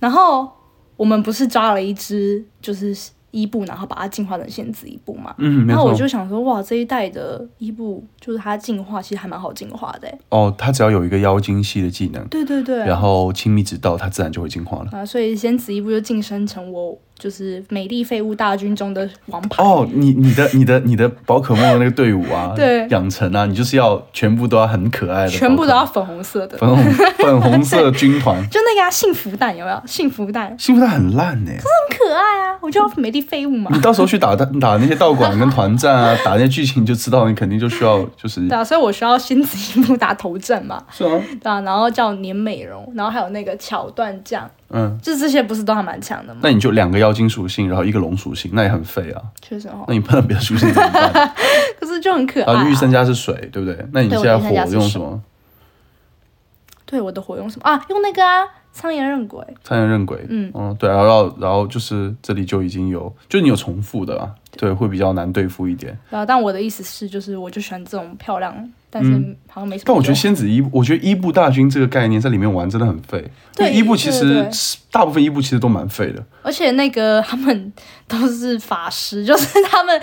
B: 然后我们不是抓了一只就是伊布，然后把它进化成仙子伊布嘛？
A: 嗯，没
B: 然后我
A: 错。
B: 就想说，哇，这一代的伊布就是它进化，其实还蛮好进化的欸。
A: 哦，他只要有一个妖精系的技能，
B: 对对对。
A: 然后亲密指导，他自然就会进化了。
B: 啊，所以仙子伊布就晋升成我就是美丽废物大军中的王牌。，
A: 哦，你你的你的你的宝可梦的那个队伍啊
B: 对
A: 养成啊，你就是要全部都要很可爱的，
B: 全部都要粉红色的，
A: 粉红粉红色军 团。
B: 就那个、啊、幸福蛋有没有？幸福蛋
A: 幸福蛋很烂呢、
B: 很可爱啊，我就要美丽废物 嘛
A: 你。到时候去打打打那些道馆跟团战 啊，打那些剧情，你就知道你肯定就需要就是
B: 对啊，所以我需要仙子伊布打头阵嘛，
A: 是啊，
B: 对啊，然后叫年美容，然后还有那个巧断酱，
A: 嗯，
B: 就这些不是都还蛮强的吗？
A: 那你就两个妖精属性，然后一个龙属性，那也很废啊。
B: 确实哦
A: 那，你碰到别的属性怎么办？
B: 可是就很可爱、
A: 啊，御
B: 啊。
A: 三家是水，对不对？那你
B: 对
A: 现在
B: 我御三
A: 火
B: 家是
A: 用
B: 水
A: 什么？
B: 对，我的火用什么啊？用那个啊，苍岩刃鬼。
A: 苍蝇认鬼。
B: 嗯
A: 对，然后然后就是这里就已经有，就你有重复的啊，对，会比较难对付一点。
B: 对啊，但我的意思是，就是我就喜欢这种漂亮，但是好像没什么用。
A: 嗯但我觉得仙子伊，我觉得伊布大军这个概念在里面玩真的很废。
B: 对
A: 因为伊布
B: 对
A: 其
B: 对
A: 实
B: 对
A: 是大部分伊布其实都蛮废的。
B: 而且那个他们 都是法师，就是他们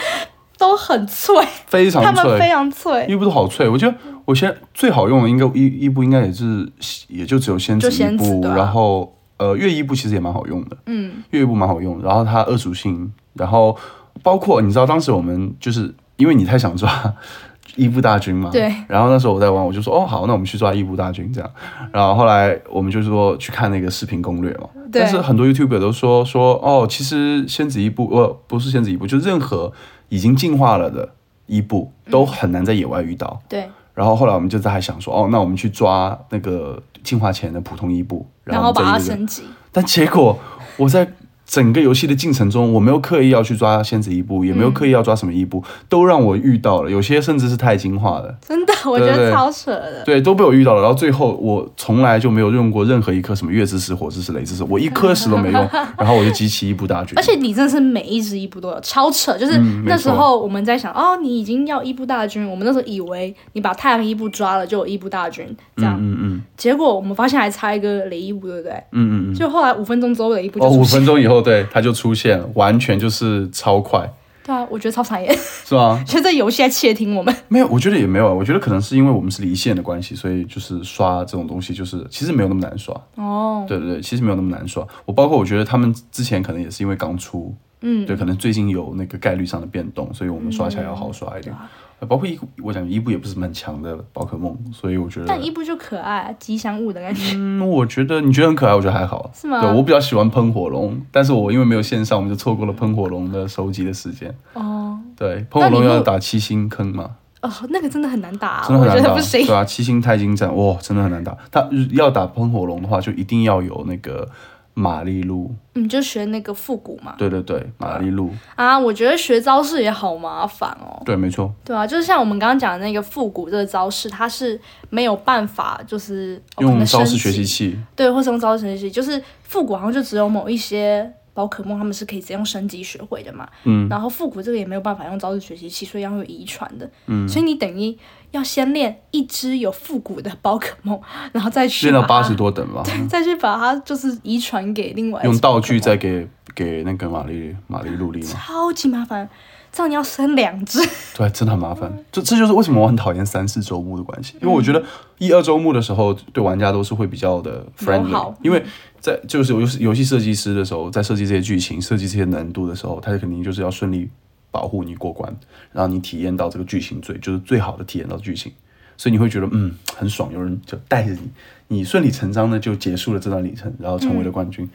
B: 都很脆，
A: 非常
B: 他们非
A: 脆。
B: 常脆。
A: 伊布都好脆，我觉得我现在最好用的应该伊伊布应该也是也就只有仙
B: 就
A: 子伊
B: 仙子
A: 布，
B: 对啊
A: 然后呃月伊布其实也蛮好用的。
B: 嗯，
A: 越狱部蛮好用，然后它二属性，然后包括你知道当时我们就是因为你太想抓 伊布大军嘛，
B: 对。
A: 然后那时候我在玩，我就说哦好，那我们去抓伊布大军这样。然后后来我们就说去看那个视频攻略嘛，
B: 对
A: 但是很多 YouTuber 都说说哦，其实仙子伊布呃不是仙子伊布，就任何已经进化了的伊布都很难在野外遇到。
B: 对，
A: 然后后来我们就在还想说哦，那我们去抓那个进化前的普通伊布，
B: 然
A: 后
B: 后
A: 我们再
B: 把它
A: 一个一个
B: 升级。
A: 但结果我在整个游戏的进程中，我没有刻意要去抓仙子伊布，也
B: 嗯
A: 没有刻意要抓什么伊布，都让我遇到了。有些甚至是太进化了，
B: 真的，我觉
A: 对对
B: 得超扯的。
A: 对，都被我遇到了。然后最后我从来就没有用过任何一颗什么月之石、火之石、雷之石，我一颗石都没 用。然后我就集齐伊布大军，
B: 而且你真的是每一支伊布都有，超扯！就是
A: 嗯没
B: 那时
A: 错
B: 候我们在想，哦，你已经要伊布大军，我们那时候以为你把太阳伊布抓了就有伊布大军这样，
A: 嗯嗯
B: 结果我们发现还差一个雷伊布，对不对？
A: 嗯嗯嗯。
B: 就后来五分钟之后雷伊布就
A: 哦，五
B: 出现，
A: 分钟以后，对，它就出现了，完全就是超快，
B: 对啊，我觉得超傻眼，
A: 是吗？
B: 就这游戏在窃听我们，
A: 没有，我觉得也没有啊。我觉得可能是因为我们是离线的关系，所以就是刷这种东西，就是其实没有那么难刷。
B: 哦，
A: 对对对，其实没有那么难刷。我包括我觉得他们之前可能也是因为刚出，
B: 嗯，
A: 对，可能最近有那个概率上的变动，所以我们刷起来要好刷一点。
B: 嗯
A: 呃包括伊布，我讲伊布也不是什么很强的宝可梦，所以我觉得
B: 但，伊布就可爱，啊吉祥物的感觉，
A: 嗯，我觉得你觉得很可爱，我觉得还好。
B: 是吗
A: 对，我比较喜欢喷火龙，但是我因为没有线上，我们就错过了喷火龙的收集的时间。
B: 哦，
A: 对，喷火龙
B: 那你
A: 要
B: 会
A: 打七星坑嘛，
B: 哦，那个真的很难打、啊
A: 真的
B: 我
A: 很
B: 觉
A: 难
B: 得
A: 打，
B: 不行
A: 对，啊，七星钛金战，哇，真的很难打。他要打喷火龙的话，就一定要有那个玛丽露，
B: 嗯你就学那个复古嘛。
A: 对对对，玛丽露，
B: 啊，我觉得学招式也好麻烦哦。
A: 对，没错，
B: 对啊，就是像我们刚刚讲的那个复古这个招式，它是没有办法就是哦可
A: 用
B: 能
A: 招式
B: 升
A: 学习
B: 级
A: 器，
B: 对，或是用招式学习，就是复古好像就只有某一些宝可梦他们是可以直接用升级学会的嘛。
A: 嗯
B: 然后复古这个也没有办法用招式学习器，所以要有遗传的。嗯，所以你等于要先练一只有复古的宝可梦， 然后再去
A: 练到
B: 把它
A: 八十，多 等吧，
B: 再去把它就是遗传给另外一
A: 用
B: 只
A: 道
B: 宝可
A: 具
B: 梦
A: 再给给那个玛丽玛丽露丽嘛，
B: 超级麻烦，这样你要生两只。
A: 对，真的很麻烦。这这就是为什么我很讨厌三四周目的关系，因为我觉
B: 嗯
A: 得一二周目的时候对玩家都是会比较的
B: 友
A: friendly，嗯
B: 好
A: 因为在就是游戏游戏设计师的时候，在设计这些剧情、设计这些难度的时候，他肯定就是要顺利保护你过关，让你体验到这个剧情最就是最好的体验到剧情。所以你会觉得嗯很爽，有人就带着你，你顺理成章的就结束了这段旅程，然后成为了冠军。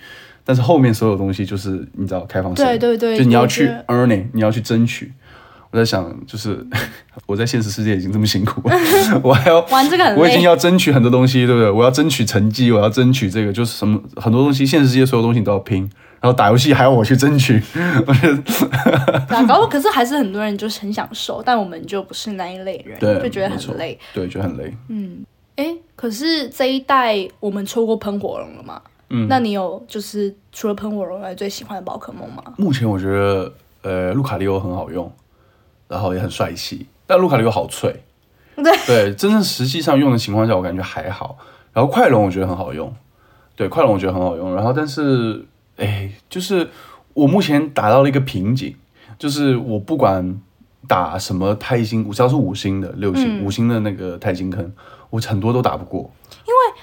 A: 但是后面所有东西就是你知道开放式的，
B: 嗯对对对
A: 就你要
B: 我觉
A: 去
B: 得
A: earning，你要去争取。我在想，就是 我在现实世界已经这么辛苦了， 我还要
B: 玩这个很累
A: 我已经要争取很多东西，对不对？我要争取成绩，我要争取这个，就是什么很多东西，现实世界所有东西你都要拼，然后打游戏还要我去争取， 我觉得嗯
B: 对啊，搞不好可是还是很多人就是很享受，但我们就不是那一类人，
A: 对，
B: 就觉得
A: 没错
B: 很累。，
A: 对，觉得很累。
B: 哎，可是这一代我们错过喷火龙了嘛？嗯，那你有就是除了喷火龙以外最喜欢的宝可梦吗？
A: 目前我觉得，呃，路卡利欧很好用，然后也很帅气，但路卡利欧好脆。
B: 对
A: 对，真正实际上用的情况下，我感觉还好。然后快龙我觉得很好用，对，快龙我觉得很好用。然后但是，哎，就是我目前达到了一个瓶颈，就是我不管打什么钛金，我只要是五星的、六星、五星的那个钛金坑，我很多都打不过。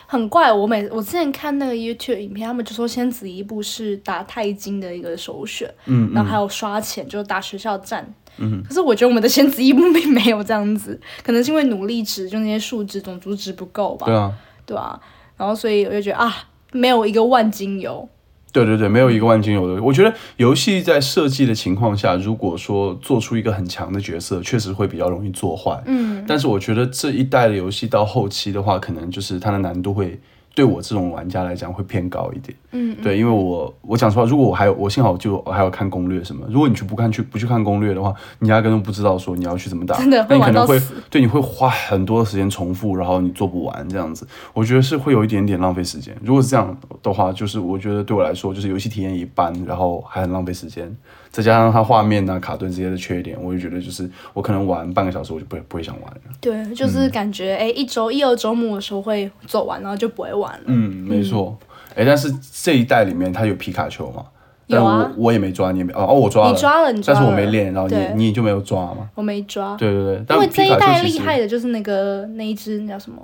B: 很怪，我每我之前看那个 YouTube 影片，他们就说仙子一步是打钛金的一个首选，
A: 嗯，
B: 然后还有刷钱，就是打学校战。嗯，可是我觉得我们的仙子一步并没有这样子，可能是因为努力值就那些数值种族值不够吧，
A: 对啊，
B: 对啊，然后所以我就觉得啊，没有一个万金油，
A: 对对对，没有一个万金油的。我觉得游戏在设计的情况下，如果说做出一个很强的角色，确实会比较容易做坏。嗯，但是我觉得这一代的游戏到后期的话，可能就是它的难度会对我这种玩家来讲会偏高一点。嗯，对，因为我我讲实话，如果我还有我幸好就我还有看攻略什么，如果你去不看去不去看攻略的话，你压根都不知道说你要去怎么打，
B: 真的
A: 那你
B: 会玩
A: 可能
B: 到
A: 会
B: 死
A: 对你会花很多的时间重复，然后你做不完这样子。我觉得是会有一点点浪费时间。如果是这样的话，就是我觉得对我来说，就是游戏体验一般，然后还很浪费时间，再加上它画面啊、卡顿这些的缺点，我就觉得就是我可能玩半个小时，我就不会不会想玩了。
B: 对，
A: 嗯
B: 就是感觉哎、诶一周一二周末的时候会走完，然后就不会玩了。
A: 嗯，没错。哎、但是这一代里面它有皮卡丘嘛？
B: 有啊
A: 但我我也没抓，你也没哦哦，我抓了，
B: 你抓了你抓
A: 但是我
B: 了
A: 没练，然后
B: 对
A: 你你就没有抓嘛？
B: 我没抓，
A: 对对对，但
B: 因为
A: 皮
B: 这一
A: 卡丘
B: 代
A: 其
B: 厉
A: 实
B: 害的就是那个那一只那叫什么，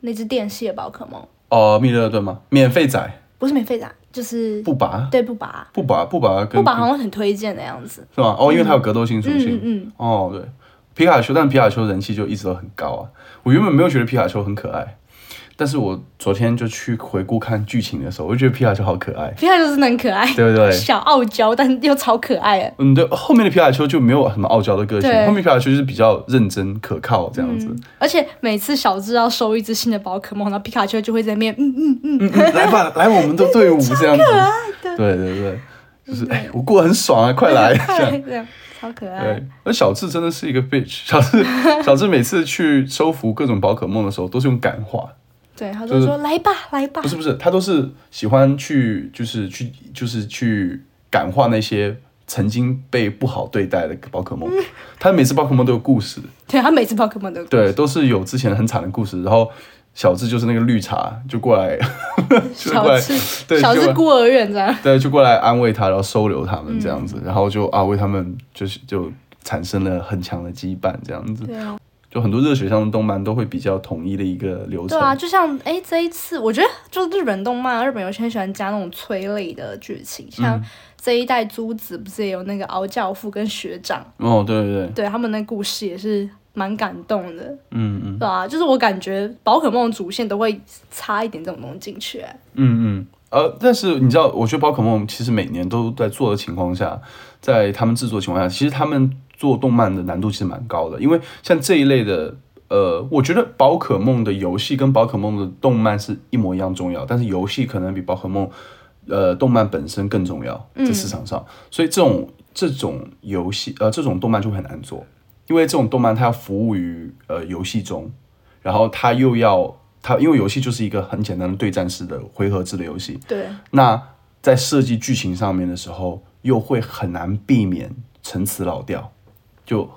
B: 那只电蟹宝可梦，
A: 哦，密勒顿嘛，免费仔
B: 不是免费的啊，就是
A: 不拔
B: 对不拔，
A: 不拔不拔跟
B: 不拔好像很推荐的样子。
A: 是吧？哦，因为它有格斗性属
B: 嗯
A: 性。
B: 嗯嗯，
A: 哦，对，皮卡丘，但皮卡丘人气就一直都很高啊。我原本没有觉得皮卡丘很可爱，但是我昨天就去回顾看剧情的时候，我就觉得皮卡丘好可爱，
B: 皮卡丘真的很可爱，
A: 对不对？
B: 小傲娇，但又超可爱哎。
A: 嗯，对，后面的皮卡丘就没有什么傲娇的个性，
B: 对
A: 后面皮卡丘就是比较认真可靠这样子。
B: 而且每次小智要收一只新的宝可梦，然后皮卡丘就会在面嗯嗯嗯，
A: 嗯嗯，来吧，来我们的队伍这样子。对对对，就是哎，我过得很爽啊，快来 这样。
B: 这样超可爱
A: 对。，而小智真的是一个 bitch。小智，小智每次去收服各种宝可梦的时候，都是用感化，
B: 对，他
A: 就
B: 就是说来吧来吧
A: 不，是不是，他都是喜欢去，就是去，就是去感化那些曾经被不好对待的宝可梦。他每次宝可梦都有故事，
B: 对他每次宝可梦都
A: 对，都是有之前很惨的故事。然后小智就是那个绿茶，就过来， 就过
B: 小
A: 来，对
B: 智小
A: 就
B: 智
A: 会
B: 孤儿院这样。
A: 对，就过来安慰他，然后收留他们这样
B: 嗯
A: 子，然后就啊为他们就是就产生了很强的羁绊这样子。
B: 对啊，
A: 就很多热血向的动漫都会比较统一的一个流程。
B: 对啊，就像哎，这一次我觉得就日本动漫，日本有些很喜欢加那种催泪的剧情，像这一代珠子不是也有那个敖教父跟学长，
A: 哦，对对对，
B: 对他们的故事也是蛮感动的，
A: 嗯嗯
B: 对啊，就是我感觉宝可梦主线都会插一点这种东西进去、哎
A: 嗯嗯。呃，但是你知道，我觉得宝可梦其实每年都在做的情况下，在他们制作的情况下，其实他们做动漫的难度其实蛮高的，因为像这一类的，呃，我觉得宝可梦的游戏跟宝可梦的动漫是一模一样重要，但是游戏可能比宝可梦呃动漫本身更重要，在市场上，所以这种这种游戏呃这种动漫就会很难做，因为这种动漫它要服务于呃游戏中，然后它又要它因为游戏就是一个很简单的对战式的回合制的游戏，
B: 对，
A: 那在设计剧情上面的时候，又会很难避免陈词老调，就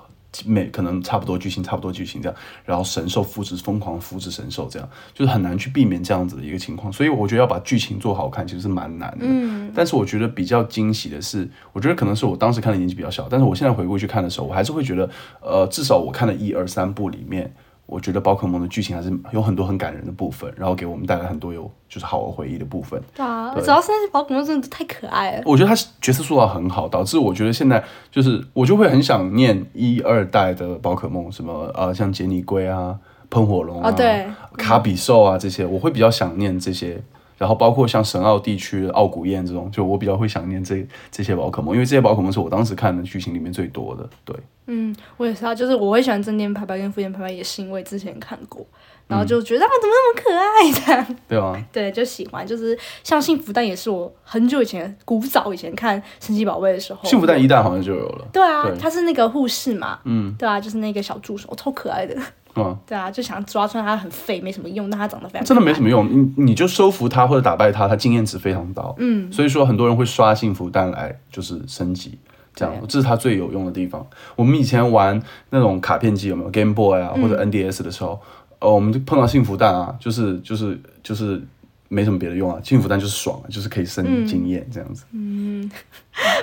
A: 每可能差不多剧情，差不多剧情这样，然后神兽复制疯狂复制神兽这样，就是很难去避免这样子的一个情况。所以我觉得要把剧情做好看，其实是蛮难的。嗯，但是我觉得比较惊喜的是，我觉得可能是我当时看的年纪比较小，但是我现在回过去看的时候，我还是会觉得，呃，至少我看了一二三部里面。我觉得宝可梦的剧情还是有很多很感人的部分，然后给我们带来很多有就是好的回忆的部分。
B: 对啊，主要是那些宝可梦真的太可爱了。
A: 我觉得他角色塑造很好，导致我觉得现在就是我就会很想念一二代的宝可梦，什么呃像杰尼龟啊、喷火龙啊、
B: 哦对
A: 卡比兽啊这些，我会比较想念这些。然后包括像神奥地区的奥古燕这种，就我比较会想念这这些宝可梦，因为这些宝可梦是我当时看的剧情里面最多的。对，
B: 嗯，我也是啊，就是我会喜欢正念拍拍跟副线拍拍，也是因为之前看过，然后就觉得、啊怎么那么可爱这样。
A: 对啊，
B: 对，就喜欢，就是像幸福蛋也是我很久以前、古早以前看神奇宝贝的时候，
A: 幸福蛋一代好像就有了，
B: 对啊
A: 对，
B: 他是那个护士嘛，嗯，对啊，就是那个小助手，超可爱的，
A: 嗯，
B: 对啊，就想抓穿他很废，没什么用，但他长得非常
A: 真的没
B: 么，
A: 什么用，你你就收服它或者打败它，它经验值非常高。
B: 嗯，
A: 所以说很多人会刷幸福蛋来就是升级，这样这是它最有用的地方。我们以前玩那种卡片机有没有 Game Boy 啊或者 NDS 的时候，呃，我们就碰到幸福蛋啊，就是就是就是没什么别的用啊，幸福蛋就是爽啊，就是可以升经验这样子。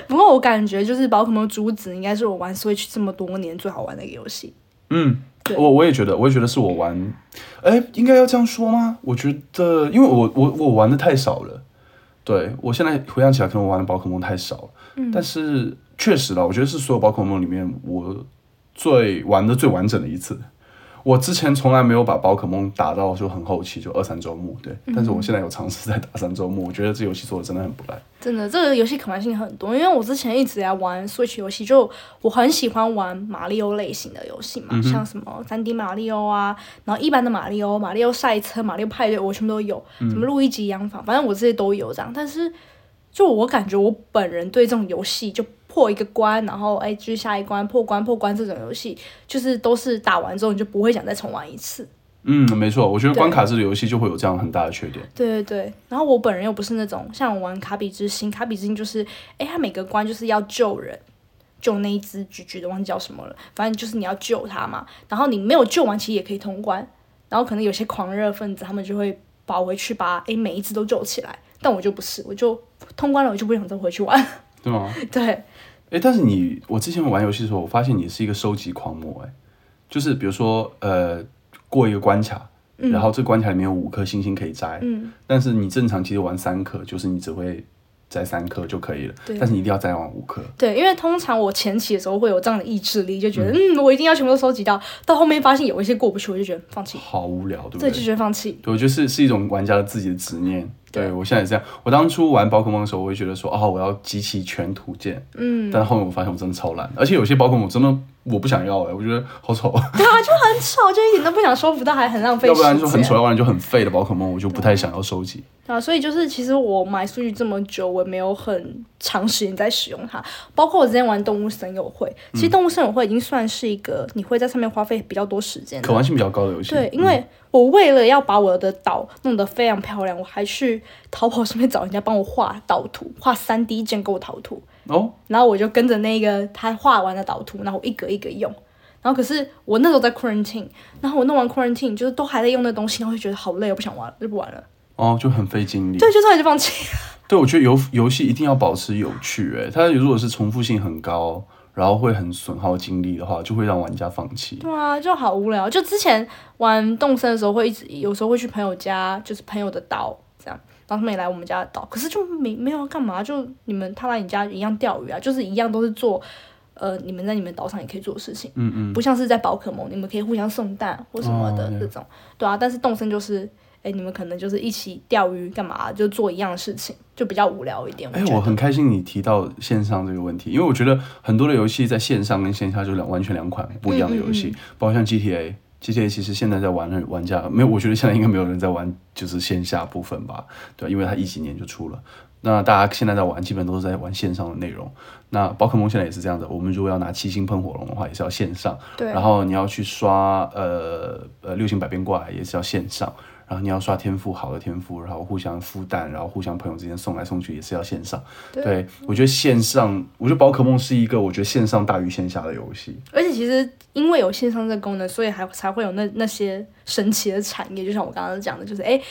B: 不过我感觉就是宝可梦珠子应该是我玩 Switch 这么多年最好玩的一个游戏，
A: 嗯，
B: 对
A: 我我也觉得，我也觉得是我玩，哎，应该要这样说吗？我觉得，因为我我我玩的太少了，对我现在回想起来，可能我玩的宝可梦太少了，
B: 嗯
A: 但是确实啦，我觉得是所有宝可梦里面我最玩的最完整的一次。我之前从来没有把宝可梦打到就很后期，就二三周目，对。
B: 嗯
A: 但是我现在有尝试在打三周目，我觉得这游戏做的真的很不赖。
B: 真的这个游戏可玩性很多，因为我之前一直在玩 Switch 游戏，就我很喜欢玩马里奥类型的游戏嘛，像什么三 D 马里奥啊，然后一般的马里奥、啊马里奥赛车、马里奥派对，我全部都有，什么路易吉洋房，反正我这些都有这样。但是就我感觉我本人对这种游戏就。破一个关，然后哎，继续下一关，破关破关这种游戏，就是都是打完之后你就不会想再重玩一次。
A: 嗯，没错，我觉得
B: 对
A: 关卡制的游戏就会有这样很大的缺点。
B: 对对对，然后我本人又不是那种像我玩卡比之星，卡比之星就是，哎，他每个关就是要救人，救那一只橘橘的，忘记叫什么了，反正就是你要救他嘛。然后你没有救完，其实也可以通关。然后可能有些狂热分子，他们就会跑回去把哎每一只都救起来，但我就不是，我就通关了，我就不想再回去玩。
A: 对吗？
B: 对，
A: 哎，但是你，我之前玩游戏的时候，我发现你是一个收集狂魔，哎，就是比如说，呃，过一个关卡，然后这关卡里面有五颗星星可以摘，
B: 嗯，
A: 但是你正常其实玩三颗，就是你只会摘三颗就可以了，
B: 对
A: 但是你一定要摘完五颗，
B: 对，因为通常我前期的时候会有这样的意志力，就觉得嗯我一定要全部都收集到。到后面发现有一些过不去，我就觉得放弃，
A: 好无聊，对不
B: 这
A: 对？
B: 就觉得放弃。
A: 对，我觉得是是一种玩家的自己的执念。对
B: 对
A: 我现在也这样，我当初玩宝可梦的时候，我会觉得说，啊、我要集齐全图鉴，嗯，但是后面我发现我真的超懒，而且有些宝可梦我真的我不想要哎，我觉得好丑，
B: 对啊，就很丑，就一点都不想收服到，还很浪费
A: 要
B: 时
A: 不
B: 间。啊
A: 然就很丑，要不然就很废的宝可梦，我就不太想要收集。
B: 对啊，所以就是其实我买数据这么久，我也没有很长时间在使用它。包括我之前玩动物森友会，
A: 嗯
B: 其实动物森友会已经算是一个你会在上面花费比较多时间的
A: 可玩性比较高的游戏。嗯
B: 啊对，因为我为了要把我的岛弄得非常漂亮，我还去淘宝上面找人家帮我画岛图，画三 D 建构岛图。
A: 哦，
B: 然后我就跟着那个他画完的导图，然后我一格一格用。然后可是我那时候在 quarantine，然后我弄完 quarantine 就是都还在用那东西，然后就觉得好累，我不想玩了，就不玩了。
A: 哦，就很费精力。
B: 对，就突然就放弃。
A: 对，我觉得游游戏一定要保持有趣、欸，它如果是重复性很高，然后会很损耗精力的话，就会让玩家放弃。
B: 对啊，就好无聊。就之前玩动森的时候，会一直有时候会去朋友家，就是朋友的岛这样，然后他们也来我们家的岛，可是就没没有要干嘛，就你们他来你家一样钓鱼啊，就是一样都是做。呃，你们在你们岛上也可以做的事情，嗯嗯，不像是在宝可梦，你们可以互相送蛋或什么的
A: 哦
B: 这种，对啊。但是动森就是，哎，你们可能就是一起钓鱼干嘛，就做一样的事情，就比较无聊一点。
A: 哎，
B: 觉
A: 我
B: 得
A: 很开心你提到线上这个问题，因为我觉得很多的游戏在线上跟线下就两完全两款不一样的游
B: 嗯
A: 戏，包括像 GTA。GTA 其实现在在玩的玩家没有，我觉得现在应该没有人在玩，就是线下部分吧，对吧因为它一几年就出了，那大家现在在玩，基本都是在玩线上的内容。那宝可梦现在也是这样的，我们如果要拿七星喷火龙的话，也是要线上。
B: 对
A: 然后你要去刷呃呃六星百变怪，也是要线上。然后你要刷天赋，好的天赋，然后互相孵蛋，然后互相朋友之间送来送去，也是要线上。
B: 对
A: 我觉得线上，我觉得宝可梦是一个我觉得线上大于线下的游戏。
B: 而且其实因为有线上这个功能，所以还才会有那那些神奇的产业，就像我刚刚讲的，就是哎。诶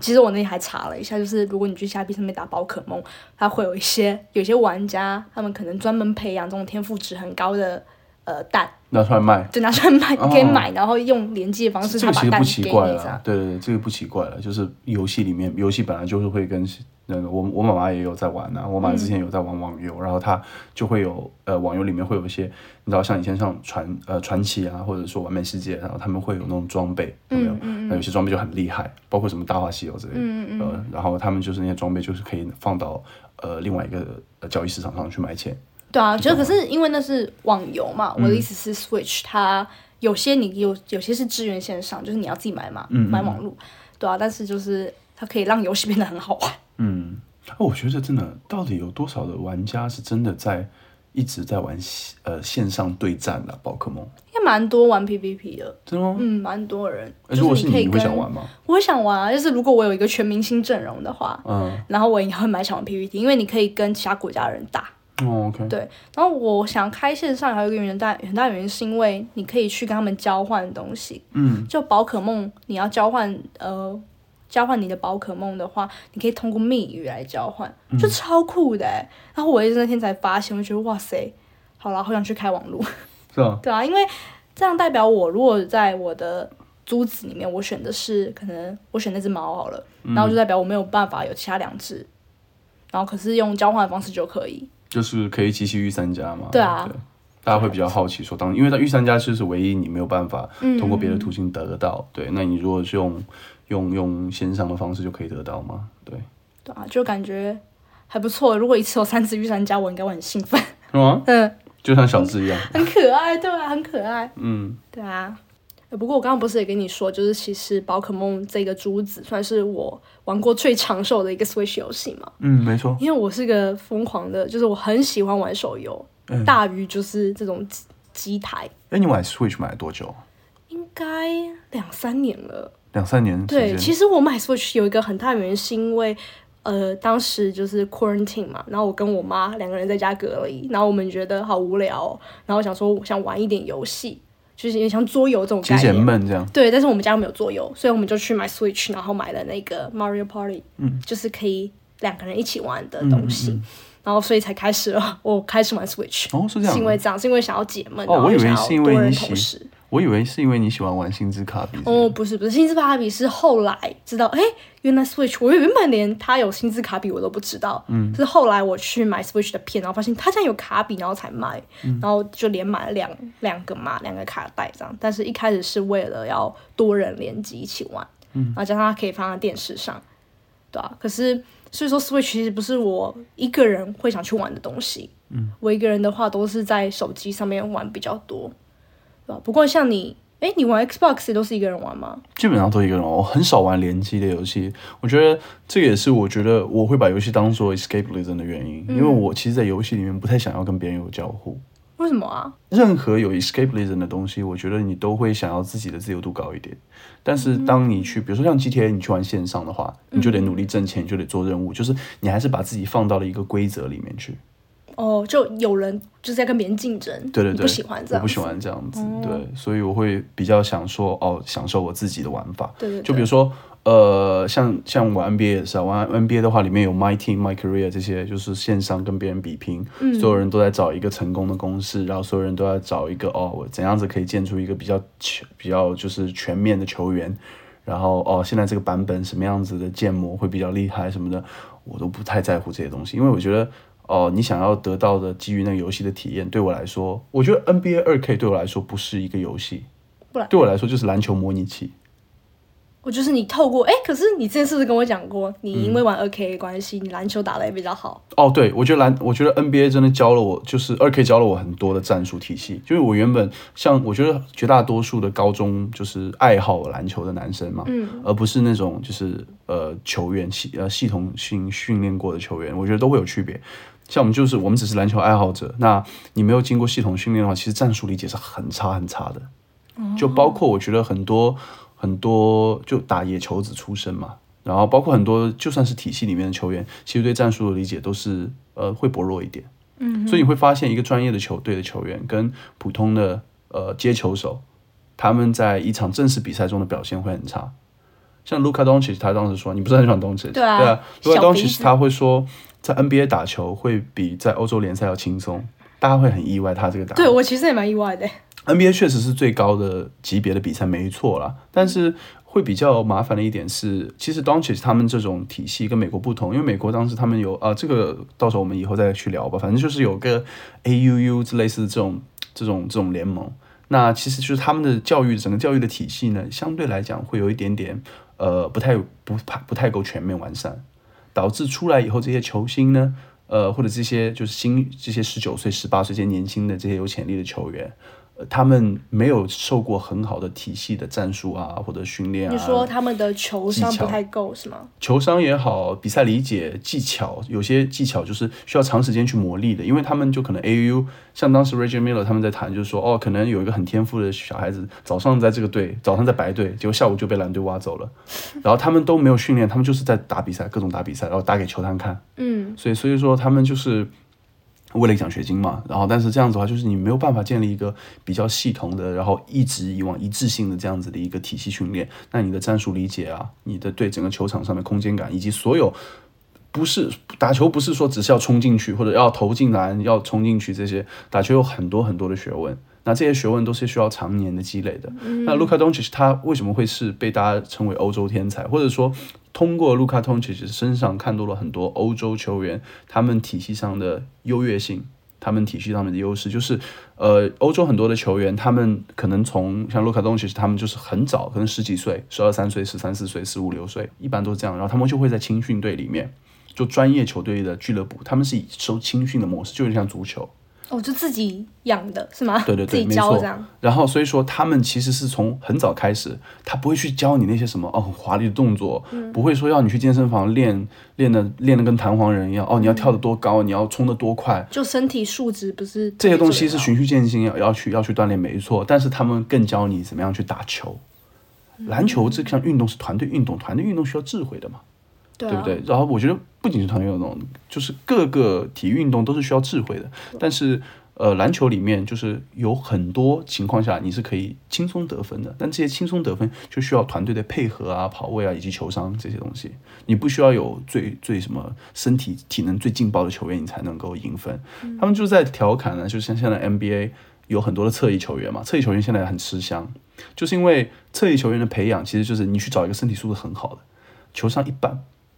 B: 其实我那天还查了一下，就是如果你去虾皮上面打宝可梦，它会有一些有些玩家，他们可能专门培养这种天赋值很高的呃蛋，
A: 拿出来卖，
B: 就拿出来卖，
A: 哦
B: 可以买，然后用连接的方式，
A: 这
B: 他
A: 个其实
B: 把蛋
A: 不
B: 给
A: 奇
B: 你
A: 怪啊
B: 这
A: 了
B: 样。。
A: 对对对，这个不奇怪了，就是游戏里面，游戏本来就是会跟那个我我妈妈也有在玩啊，我妈妈之
B: 嗯
A: 前有在玩网游，然后她就会有呃网游里面会有一些，你知道像以前像传呃传奇啊，或者说完美世界，然后他们会有那种装备，有没
B: 嗯
A: 有？那有些装备就很厉害，包括什么大话西游之类的，呃，然后他们就是那些装备就是可以放到呃另外一个呃交易市场上去卖钱，
B: 对啊，就可是因为那是网游嘛，
A: 嗯
B: 我的意思是 Switch 它有些你有有些是支援线上，就是你要自己买嘛，
A: 嗯
B: 买网路，对啊，但是就是它可以让游戏变得很好玩。
A: 嗯，哦，我觉得真的，到底有多少的玩家是真的在一直在玩线呃线上对战的、宝可梦？
B: 应该蛮多玩 PVP 的，
A: 真的吗？
B: 嗯，蛮多人。
A: 哎如果
B: 就是可
A: 你，
B: 以
A: 你
B: 跟
A: 会想玩？吗？
B: 我会想玩啊，就是如果我有一个全明星阵容的话，
A: 嗯，
B: 然后我也会蛮想玩 PVP，因为你可以跟其他国家的人打。
A: 哦，OK，
B: 对，然后我想开线上还有一个很大很大原因是因为你可以去跟他们交换东西，
A: 嗯，
B: 就宝可梦你要交换呃。交换你的宝可梦的话，你可以通过密语来交换，就超酷的、欸。然后我也是那天才发现，我就觉得哇塞，好啦，好想去开网路。
A: 是吧？
B: 对啊，因为这样代表我如果在我的珠子里面，我选的是可能我选那只猫好了，然后就代表我没有办法有其他两只，然后可是用交换的方式就可以。
A: 就是可以集齐御三家嘛。
B: 对啊
A: 大家会比较好奇说，当因为在御三家就是唯一你没有办法
B: 嗯
A: 通过别的途径得到，对，那你如果是用用用线上的方式就可以得到嘛，对，
B: 对啊，就感觉还不错。如果一次有三只御三家，我应该会很兴奋。
A: 是吗？
B: 嗯，
A: 就像小智一样，
B: 很可爱，对啊，很可爱。
A: 嗯，
B: 对啊。呃不过我刚刚不是也跟你说，就是其实宝可梦这个珠子算是我玩过最长寿的一个 Switch 游戏嘛，
A: 嗯，没错，
B: 因为我是个疯狂的，就是我很喜欢玩手游，
A: 嗯
B: 大于就是这种机机台，
A: 哎，你买 Switch 买了多久？
B: 应该两三年了。
A: 两三年时
B: 对，
A: 间，
B: 其实我买 Switch 有一个很大原因是因为，呃，当时就是 quarantine 嘛，然后我跟我妈两个人在家隔离，然后我们觉得好无聊哦、然后我想说我想玩一点游戏，就是有点像桌游这种
A: 解
B: 概
A: 解
B: 念。
A: 闷这样。
B: 对，但是我们家没有桌游，所以我们就去买 Switch，然后买了那个 Mario Party，
A: 嗯，
B: 就是可以两个人一起玩的东西。然后，所以才开始了，我开始玩 Switch，、
A: 哦，是这样的，
B: 是因为这样，是因为想要解闷，
A: 哦
B: 然后
A: 我以
B: 就
A: 为
B: 想要
A: 是因
B: 多
A: 为
B: 人
A: 你
B: 同
A: 喜
B: 时。
A: 我以为是因为你喜欢玩星之卡比。
B: 哦，，不是不是，星之卡比是后来知道，哎，原来 Switch，我原本连它有星之卡比我都不知道，嗯，是后来我去买 Switch 的片，然后发现它竟然有卡比，然后才买，然后就连买了两两个嘛，两个卡带这样，但是一开始是为了要多人联机一起玩，嗯，然后加上它可以放在电视上，对啊，可是所以说 Switch 其实不是我一个人会想去玩的东西，嗯，我一个人的话都是在手机上面玩比较多，对吧？不过像你。哎，你玩 Xbox 也都是一个人玩吗？
A: 基本上都一个人玩，我很少玩联机的游戏。我觉得这也是我觉得我会把游戏当做 escapism 的原
B: 嗯
A: 因，因为我其实，在游戏里面不太想要跟别人有交互。
B: 为什么啊？
A: 任何有 escapism 的东西，我觉得你都会想要自己的自由度高一点。但是
B: 嗯
A: 当你去，比如说像 GTA，你去玩线上的话，你就得努力挣钱，你就得做任务，就是你还是把自己放到了一个规则里面去。
B: 哦，就有人就是在跟别人竞争，
A: 对对
B: 你
A: 对，
B: 不喜欢
A: 我
B: 这样，哦
A: 不喜，欢这样子，对，所以我会比较想说，哦，享受我自己的玩法。
B: 对对对
A: 就比如说，呃，像像玩 NBA 也是啊，玩 NBA 的话，里面有 My Team、My Career 这些，就是线上跟别人比拼，所有人都在找一个成功的公式，然后所有人都在找一个哦，我怎样子可以建出一个比较全比较就是全面的球员。然后哦，现在这个版本什么样子的建模会比较厉害什么的，我都不太在乎这些东西，因为我觉得哦，你想要得到的基于那个游戏的体验，对我来说，我觉得 NBA 二 K 对我来说不是一个游戏
B: 不然，
A: 对我来说就是篮球模拟器。
B: 我就是你透过哎，可是你之前是不是跟我讲
A: 嗯
B: 过，你因为玩二 K 的关系，你篮球打得也比较好？
A: 哦，对，我觉得篮，我觉得 NBA 真的教了我，就是二 K 教了我很多的战术体系。就是我原本像我觉得绝大多数的高中就是爱好篮球的男生嘛，嗯，而不是那种就是呃球员系呃系统性训练过的球员，我觉得都会有区别。像我们就是我们只是篮球爱好者，那你没有经过系统训练的话，其实战术理解是很差很差的。
B: 哦
A: 就包括我觉得很多很多就打野球子出身嘛，然后包括很多就算是体系里面的球员，其实对战术的理解都是呃会薄弱一点。嗯，所以你会发现一个专业的球队的球员跟普通的呃接球手，他们在一场正式比赛中的表现会很差。像卢卡东奇，他当时说，你不是很喜欢东奇？
B: 对啊
A: 卢卡
B: 小
A: 东
B: 鼻
A: 奇
B: 子
A: 他会说，在 NBA 打球会比在欧洲联赛要轻松，大家会很意外他这个答案。
B: 对我其实也蛮意外的。
A: NBA 确实是最高的级别的比赛，没错啦。但是会比较麻烦的一点是，其实 Doncic 他们这种体系跟美国不同，因为美国当时他们有啊、这个到时候我们以后再去聊吧。反正就是有个 AUU 之类似这种这种这种联盟。那其实就是他们的教育，整个教育的体系呢，相对来讲会有一点点呃不太不不太够全面完善，导致出来以后这些球星呢，呃或者这些就是新这些十九岁、十八岁这些年轻的这些有潜力的球员，呃他们没有受过很好的体系的战术啊或者训练啊，
B: 你说他们的球商
A: 技巧
B: 不太够是吗？
A: 球商也好，比赛理解技巧，有些技巧就是需要长时间去磨砺的，因为他们就可能 AU，像当时 Reggie Miller 他们在谈，就是说哦，可能有一个很天赋的小孩子，早上在这个队，早上在白队，结果下午就被蓝队挖走了，然后他们都没有训练，他们就是在打比赛，各种打比赛，然后打给球探看，
B: 嗯，
A: 所以所以说他们就是为了奖学金嘛，然后但是这样子的话，就是你没有办法建立一个比较系统的，然后一直以往一致性的这样子的一个体系训练，那你的战术理解啊，你的对整个球场上的空间感，以及所有不是打球不是说只是要冲进去或者要投进篮要冲进去这些，打球有很多很多的学问。那这些学问都是需要常年的积累的。那卢卡东奇他为什么会是被大家称为欧洲天才，或者说通过卢卡东奇身上看到了很多欧洲球员他们体系上的优越性，他们体系上面的优势，就是呃，欧洲很多的球员，他们可能从像卢卡东奇，他们就是很早，可能十几岁、十二三岁、十三四岁、十五六岁，一般都是这样，然后他们就会在青训队里面。就专业球队的俱乐部，他们是以收青训的模式，就有点像足球。
B: 哦，就自己养的是吗？
A: 对对对
B: 自己教
A: 没错
B: 这样。
A: 然后所以说他们其实是从很早开始，他不会去教你那些什么哦很华丽的动作，
B: 嗯
A: 不会说要你去健身房练练的练的跟弹簧人一样哦，你要跳
B: 嗯
A: 得多高，你要冲得多快，
B: 就身体素质不是
A: 这些东西是
B: 最重要
A: 循序渐进要要去要去锻炼，没错。但是他们更教你怎么样去打球。
B: 嗯
A: 篮球这项运动是团队运动，团队运动需要智慧的嘛，
B: 对
A: 对
B: 啊
A: 不对？然后我觉得不仅是团队运动，就是各个体育运动都是需要智慧的。但是呃，篮球里面就是有很多情况下你是可以轻松得分的，但这些轻松得分就需要团队的配合啊、跑位啊以及球商这些东西。你不需要有最最什么身体体能最劲爆的球员，你才能够赢分。他们就在调侃呢，就像现在 NBA 有很多的侧翼球员嘛，侧翼球员现在很吃香，就是因为侧翼球员的培养其实就是你去找一个身体素质很好的，球上一般，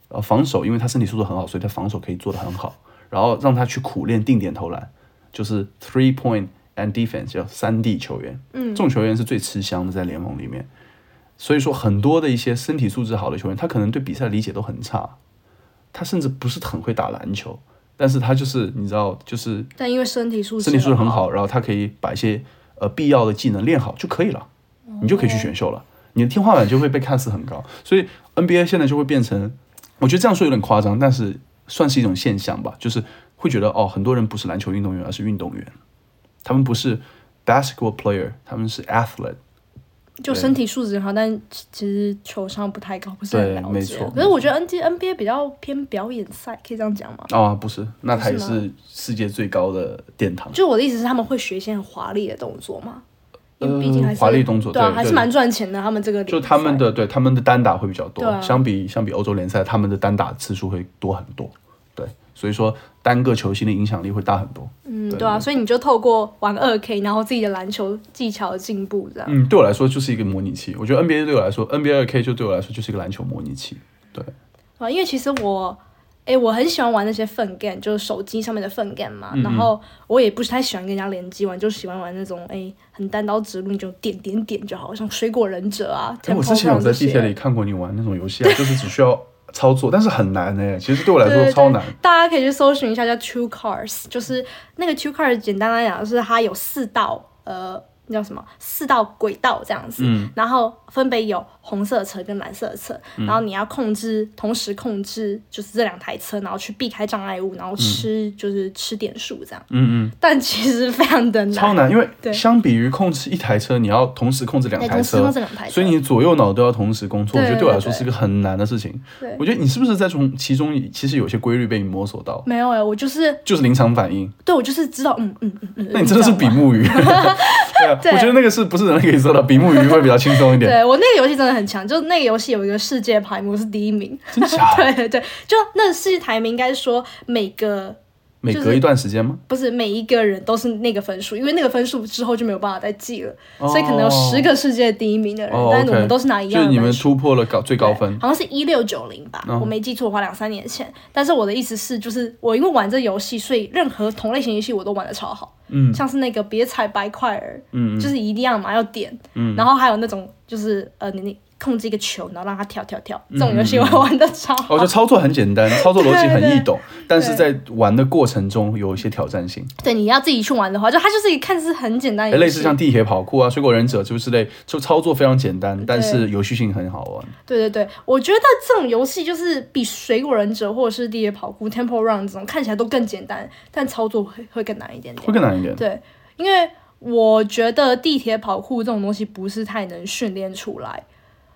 A: 呃，防守，因为他身体素质很好，所以他防守可以做得很好，然后让他去苦练定点投篮，就是 three point and defense 叫三 D 球员，嗯，这种球员是最吃香的在联盟里面。所以说，很多的一些身体素质好的球员，他可能对比赛理解都很差，他甚至不是很会打篮球，但是他就是你知道，就是
B: 但因为身体素质
A: 身体素质很好，然后他可以把一些呃必要的技能练好就可以了，你就可以去选秀了。你的天花板就会被看似很高，所以 NBA 现在就会变成，我觉得这样说有点夸张，但是算是一种现象吧，就是会觉得哦，很多人不是篮球运动员，而是运动员，他们不是 basketball player，他们是 athlete。
B: 就身体素质很好，但其其实球商不太高，不是很
A: 对
B: 了解。
A: 没错
B: 可是我觉得 N G N B A 比较偏表演赛，可以这样讲吗？
A: 啊、不是，那
B: 不
A: 才
B: 是吗
A: 是世界最高的殿堂。
B: 就我的意思是，他们会学一些很华丽的动作吗？因为
A: 呃
B: 毕竟还是
A: 华丽动作
B: 对啊，
A: 对
B: 还是
A: 对
B: 蛮赚钱的。他们这个
A: 就他们的对他们的单打会比较多，
B: 对啊
A: 相比相比欧洲联赛，他们的单打次数会多很多。对，所以说单个球星的影响力会大很多。
B: 嗯对啊，所以你就透过玩二 K，然后自己的篮球技巧的进步这样。
A: 嗯，对我来说就是一个模拟器。我觉得 NBA 对我来说，NBA 二 K 就对我来说就是一个篮球模拟器。对，
B: 啊，因为其实我诶，我很喜欢玩那些 fun game，就是手机上面的 fun game 嘛。
A: 嗯
B: 然后我也不是太喜欢跟人家联机玩，就喜欢玩那种诶，很单刀直入，你就点点点就好，像水果忍者啊。
A: 哎，我之前有
B: Temple Run
A: 在
B: 这
A: 地
B: 些
A: 铁里看过你玩那种游戏啊，就是只需要操作，但是很难哎、其实对我来
B: 对
A: 说
B: 对
A: 超难。
B: 对，大家可以去搜寻一下叫 Two Cars，就是那个 Two Cars，简单来讲就是它有四道呃。那叫什么四道轨道这样子，
A: 嗯
B: 然后分别有红色的车跟蓝色的车，然后你要控制，同时控制就是这两台车，然后去避开障碍物，然后吃、就是吃点数这样。
A: 嗯嗯，
B: 但其实非常的难，
A: 超难，因为
B: 对
A: 相比于控制一台车，你要同时控制两
B: 对，
A: 台
B: 同时
A: 车
B: 控，制两台车，
A: 所以你左右脑都要同时工作。我
B: 对
A: 觉得
B: 对
A: 对我来
B: 对
A: 说是
B: 对
A: 一个很难的事情。
B: 对
A: 我觉得你是不是在从其中其实有些规律被你摸索到，
B: 没有哎、我就是
A: 就是临场反应？
B: 对我就是知道，嗯嗯嗯嗯，
A: 那你真的是
B: 这
A: 比
B: 样玩
A: 目鱼。对啊，
B: 对
A: 我觉得那个是不是人类可以做到？比目鱼会比较轻松一点，
B: 对我那个游戏真的很强，就是那个游戏有一个世界排名，我是第一名。
A: 真假？
B: 对对对，就那世界排名应该说每个
A: 每
B: 就是
A: 隔一段时间吗？
B: 不是每一个人都是那个分数，因为那个分数之后就没有办法再记了，
A: 哦
B: 所以可能有十个世界第一名的人，
A: 哦
B: 但是我
A: OK
B: 们都是拿一
A: 就
B: 样
A: 是
B: 的
A: 你们
B: 分数。
A: 突破了高最高分
B: 对，好哦像是一六九零吧，
A: 嗯
B: 我没记错的话，两三年前。但是我的意思是，就是我因为玩这游戏，所以任何同类型游戏我都玩的超好。
A: 嗯
B: 像是那个别踩白块儿，
A: 嗯
B: 就是一定要嘛要点，
A: 嗯
B: 然后还有那种就是呃你你控制一个球，然后让它跳跳跳，这
A: 嗯
B: 种游戏我玩的超好。
A: 哦，就操作很简 单，操作逻辑很
B: 对
A: 易
B: 对
A: 懂，但是在玩的过程中有一些挑战性，
B: 对，你要自己去玩的话，就它就是一个看似很简单的
A: 哎，
B: 游戏，
A: 类似像地铁跑酷啊、水果忍者就是类，就操作非常简单，但是游戏性很好玩。
B: 对对对，我觉得这种游戏就是比水果忍者或者是地铁跑酷、Temple Run 这种看起来都更简单，但操作会会更难一点点。
A: 会更难一点。
B: 对，因为我觉得地铁跑酷这种东西不是太能训练出来，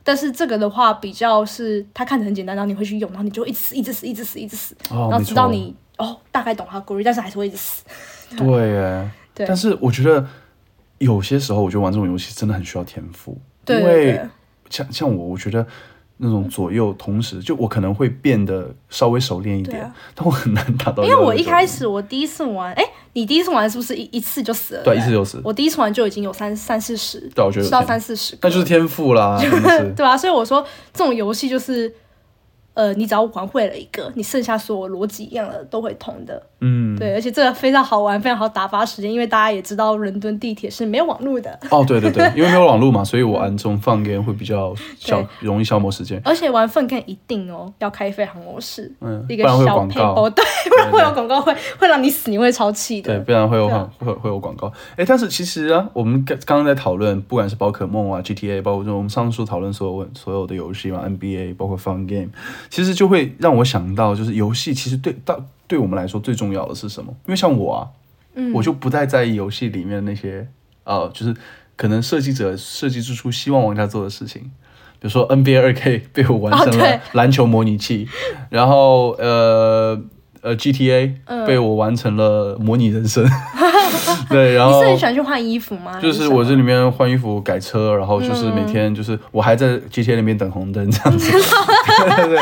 B: 但是这个的话比较是它看着很简单，然后你会去用，然后你就一直死，一直死，一直死，一直死，
A: 哦，
B: 然后
A: 没
B: 直
A: 错
B: 到你哦大概懂它的规律，但是还是会一直死。
A: 对耶，
B: 对
A: 但是我觉得有些时候，我觉得玩这种游戏真的很需要天赋，
B: 对
A: 因
B: 对
A: 为
B: 对
A: 像像我，我觉得那种左右同时，就我可能会变得稍微熟练一
B: 对
A: 点
B: 啊，
A: 但我很难达到。
B: 因为我一开始我第一次玩，哎，你第一次玩是不是一一次就死了？
A: 对一
B: 不
A: 次就死
B: 我第一次玩就已经有三三四十，
A: 对我觉得有
B: 到
A: 天
B: 三四十个，
A: 那就是天赋 啦，真的是。
B: 对啊，所以我说这种游戏就是，呃，你只要玩会了一个，你剩下所有逻辑一样的都会通的。
A: 嗯，
B: 对，而且这个非常好玩，非常好打发时间，因为大家也知道伦敦地铁是没有网络的，
A: 哦，对对对，因为没有网络嘛，所以我暗中放烟会比较消
B: 对，
A: 容易消磨时间。
B: 而且玩粪 g 一定哦要开飞行模式，
A: 嗯
B: 一个
A: 不然会有
B: 小
A: 广
B: 配
A: 告
B: 包，对，不然会有广告会会让你死，你会超气
A: 对，
B: 的。
A: 不然会有
B: 对
A: 广
B: 啊
A: 会会有广告。哎，但是其实啊，我们刚刚刚在讨论，不管是宝可梦啊、GTA，包括说我们上述讨论所有所有的游戏嘛，NBA，包括 Fun Game，其实就会让我想到，就是游戏其实对到对我们来说最重要的是什么？因为像我啊，
B: 嗯
A: 我就不太在意游戏里面那些呃，就是可能设计者设计之初希望玩家做的事情。比如说 NBA 二 K 被我玩
B: 哦
A: 成了
B: 对
A: 篮球模拟器，然后呃呃 GTA
B: 嗯
A: 被我玩成了模拟人 生，对，然
B: 你
A: 后
B: 是很喜欢去换衣服吗？
A: 就
B: 还
A: 是
B: 什么
A: 我这里面换衣服、改车，然后就是每天就是我还在 GTA 那边等红灯这样 子，对对对，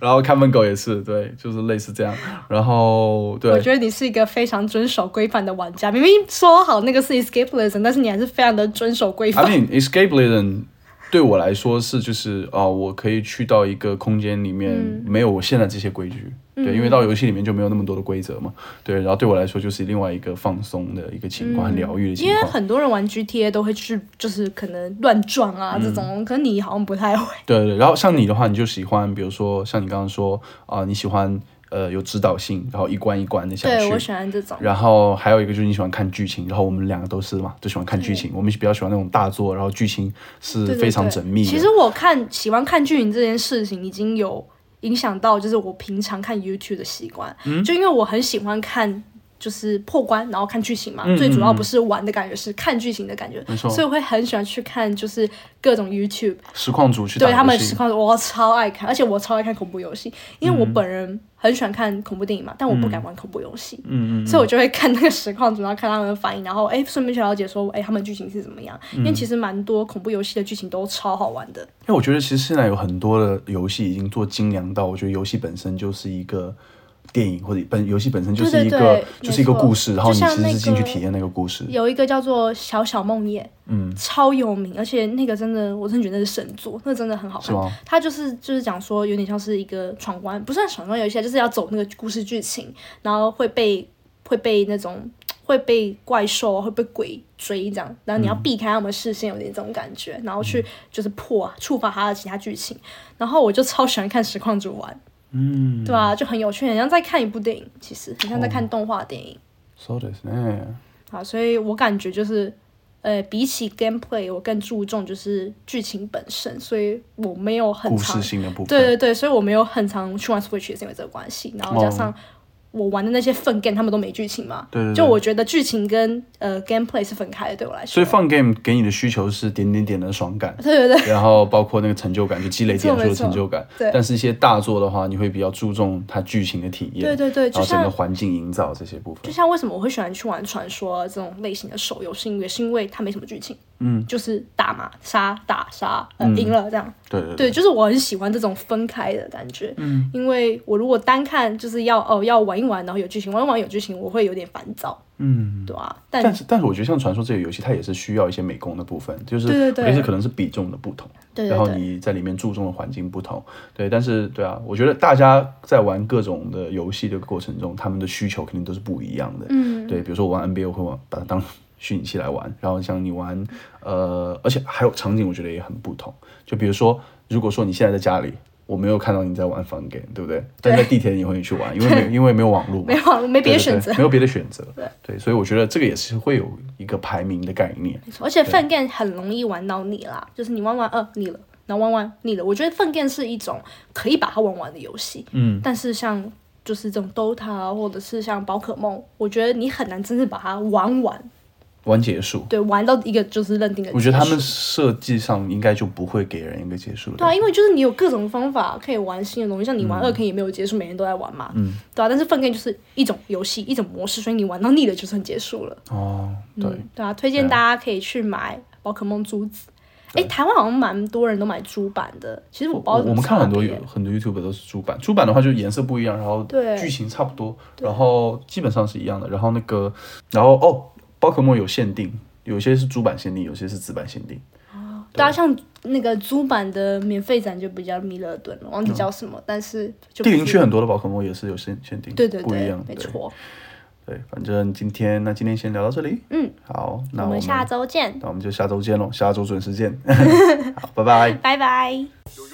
A: 然后看门狗也是，对，就是类似这样，然后对，
B: 我觉得你是一个非常遵守规范的玩家，明明说好那个是 escapism，但是你还是非常的遵守规范
A: I。mean escapism 对我来说是就是啊、我可以去到一个空间里面，
B: 嗯
A: 没有我现在这些规矩。对，因为到游戏里面就没有那么多的规则嘛，对，然后对我来说就是另外一个放松的一个情况，很疗愈的情
B: 嗯 因为
A: 况。
B: 很多人玩 GTA 都会去，就是可能乱撞啊
A: 嗯
B: 这种，可能你好像不太 会。
A: 对对，对然后像你的话，你就喜欢，比如说像你刚刚说啊、你喜欢呃有指导性，然后一关一关的下去。
B: 对我喜欢这种，
A: 然后还有一个就是你喜欢看剧情，然后我们两个都是嘛，都喜欢看剧情。我们比较喜欢那种大作，然后剧情是
B: 对对
A: 非常
B: 对
A: 缜密的。
B: 其实我看喜欢看剧情这件事情已经有影响到，就是我平常看 YouTube 的习惯，
A: 嗯
B: 就因为我很喜欢看。就是破关，然后看剧情嘛。
A: 嗯
B: 最主要
A: 嗯
B: 不是玩的感觉，是看剧情的感觉。
A: 没错
B: 所以我会很喜欢去看，就是各种 YouTube，
A: 实况组去打
B: 对他们
A: 游戏
B: 实况，我超爱看，而且我超爱看恐怖游戏，因为我本人很喜欢看恐怖电影嘛，但我不敢玩恐怖游戏，嗯嗯嗯，所以我就会看那个实况组，然后看他们的反应，然后哎，顺便去了解说，哎，他们剧情是怎么样，因为其实蛮多恐怖游戏的剧情都超好玩的，
A: 因为我觉得其实现在有很多的游戏已经做精良到，我觉得游戏本身就是一个电影或者本游戏本身就是
B: 对对
A: 一个
B: 对
A: 就是一个
B: 没错
A: 故事，然后你
B: 就像
A: 其实
B: 那
A: 是进去
B: 个
A: 体验那个故事。
B: 有一个叫做《小小梦夜》，
A: 嗯，
B: 超有名，而且那个真的，我真的觉得那是神作，那真的很好
A: 是
B: 看
A: 吗。
B: 它就是就是讲说，有点像是一个闯关，不算闯关游戏啊，就是要走那个故事剧情，然后会被会被那种会被怪兽啊，会被鬼追这样，然后你要避开他们视线，有点这种感
A: 嗯
B: 觉，然后去就是破啊触发它的其他剧情。然后我就超喜欢看实况主玩，
A: 嗯，哦
B: 对啊，就很有趣，很像在看一部电影，其实很像在看动画电影。
A: そうですね。
B: 好，所以我感觉就是，呃，比起 gameplay，我更注重就是剧情本身，所以我没有很
A: 故
B: 长
A: 事，性的部分。
B: 对对对，所以我没有很常去玩 Switch 也是因为这个关系，然后加
A: 哦
B: 上我玩的那些粪 game 他们都没剧情嘛，
A: 对对对
B: 就我觉得剧情跟呃 gameplay 是分开的，对我来说，
A: 所以放 game 给你的需求是点点点的爽感，
B: 对对对，
A: 然后包括那个成就感，就积累点数的
B: 没错
A: 成就感。
B: 对
A: 但是一些大作的话，你会比较注重它剧情的体验，
B: 对对对就
A: 然后整个
B: 像
A: 环境营造这些部
B: 就
A: 分。
B: 像为什么我会喜欢去玩传说啊这种类型的手游，是因为是因为它没什么剧情，
A: 嗯，
B: 就是打嘛杀打杀，呃赢、了这样，
A: 对对
B: 对，就是我很喜欢这种分开的感觉，嗯，因为我如果单看就是要哦要玩一玩，然后有剧情，玩一玩有剧情，我会有点烦躁，
A: 嗯。
B: 对啊，
A: 但
B: 但
A: 是，但是我觉得像传说这个游戏，它也是需要一些美工的部分，就是
B: 对对
A: 我觉得
B: 对
A: 是可能是比重的不同，
B: 对对
A: 然后
B: 对
A: 你在里面注重的环境不同，对。但是，对啊，我觉得大家在玩各种的游戏的过程中，他们的需求肯定都是不一样的，
B: 嗯，
A: 对，比如说我玩 NBA，我会玩把它当虚拟器来玩，然后像你玩，呃，而且还有场景，我觉得也很不同。就比如说，如果说你现在在家里，我没有看到你在玩 fun game，对不对？但在地铁你会去玩，因为没有因为没有网络嘛，
B: 没有啊没别
A: 对对
B: 的选
A: 对
B: 择，
A: 没有别的选择。
B: 对
A: 对，所以我觉得这个也是会有一个排名的概念。
B: 而且粪 game 很容易玩到你啦，就是你玩玩呃腻了，然后玩玩腻了，我觉得粪 game 是一种可以把它玩完的游戏，
A: 嗯，
B: 但是像就是这种 DOTA 啊或者是像宝可梦，我觉得你很难真正把它玩完，
A: 玩结束，
B: 对，玩到一个就是认定的结束，
A: 我觉得他们设计上应该就不会给人一个结束的。
B: 对啊，因为就是你有各种方法可以玩新的东西，像你玩二 K 也没有结束，每天都在玩嘛，
A: 嗯，
B: 对啊。但是分 K 就是一种游戏，一种模式，所以你玩到腻了就是很结束了。
A: 哦，对，
B: 嗯，对啊，推荐大家可以去买宝可梦珠子。哎，台湾好像蛮多人都买珠版的，其实我不知道
A: 我我们看很多
B: 有
A: 有很多 YouTube 都是主版，主版的话就颜色不一样，然后
B: 对
A: 剧情差不多，然后基本上是一样的。然后那个，然后哦，宝可梦有限定，有些是主版限定，有些是子版限定。
B: 对啊，像那个珠版的免费展就比较弥勒顿了，忘记叫什么，但是就
A: 嗯地
B: 不
A: 灵
B: 是
A: 区很多的宝可梦也是有限限定，
B: 对对
A: 不一
B: 对
A: 样，，
B: 没
A: 对。
B: 错。
A: 对，反正今天那今天先聊到这里，
B: 嗯，
A: 好，那
B: 我们下周见，
A: 那我们就下周见喽，下周准时见，好，拜拜。
B: 拜拜。
D: 有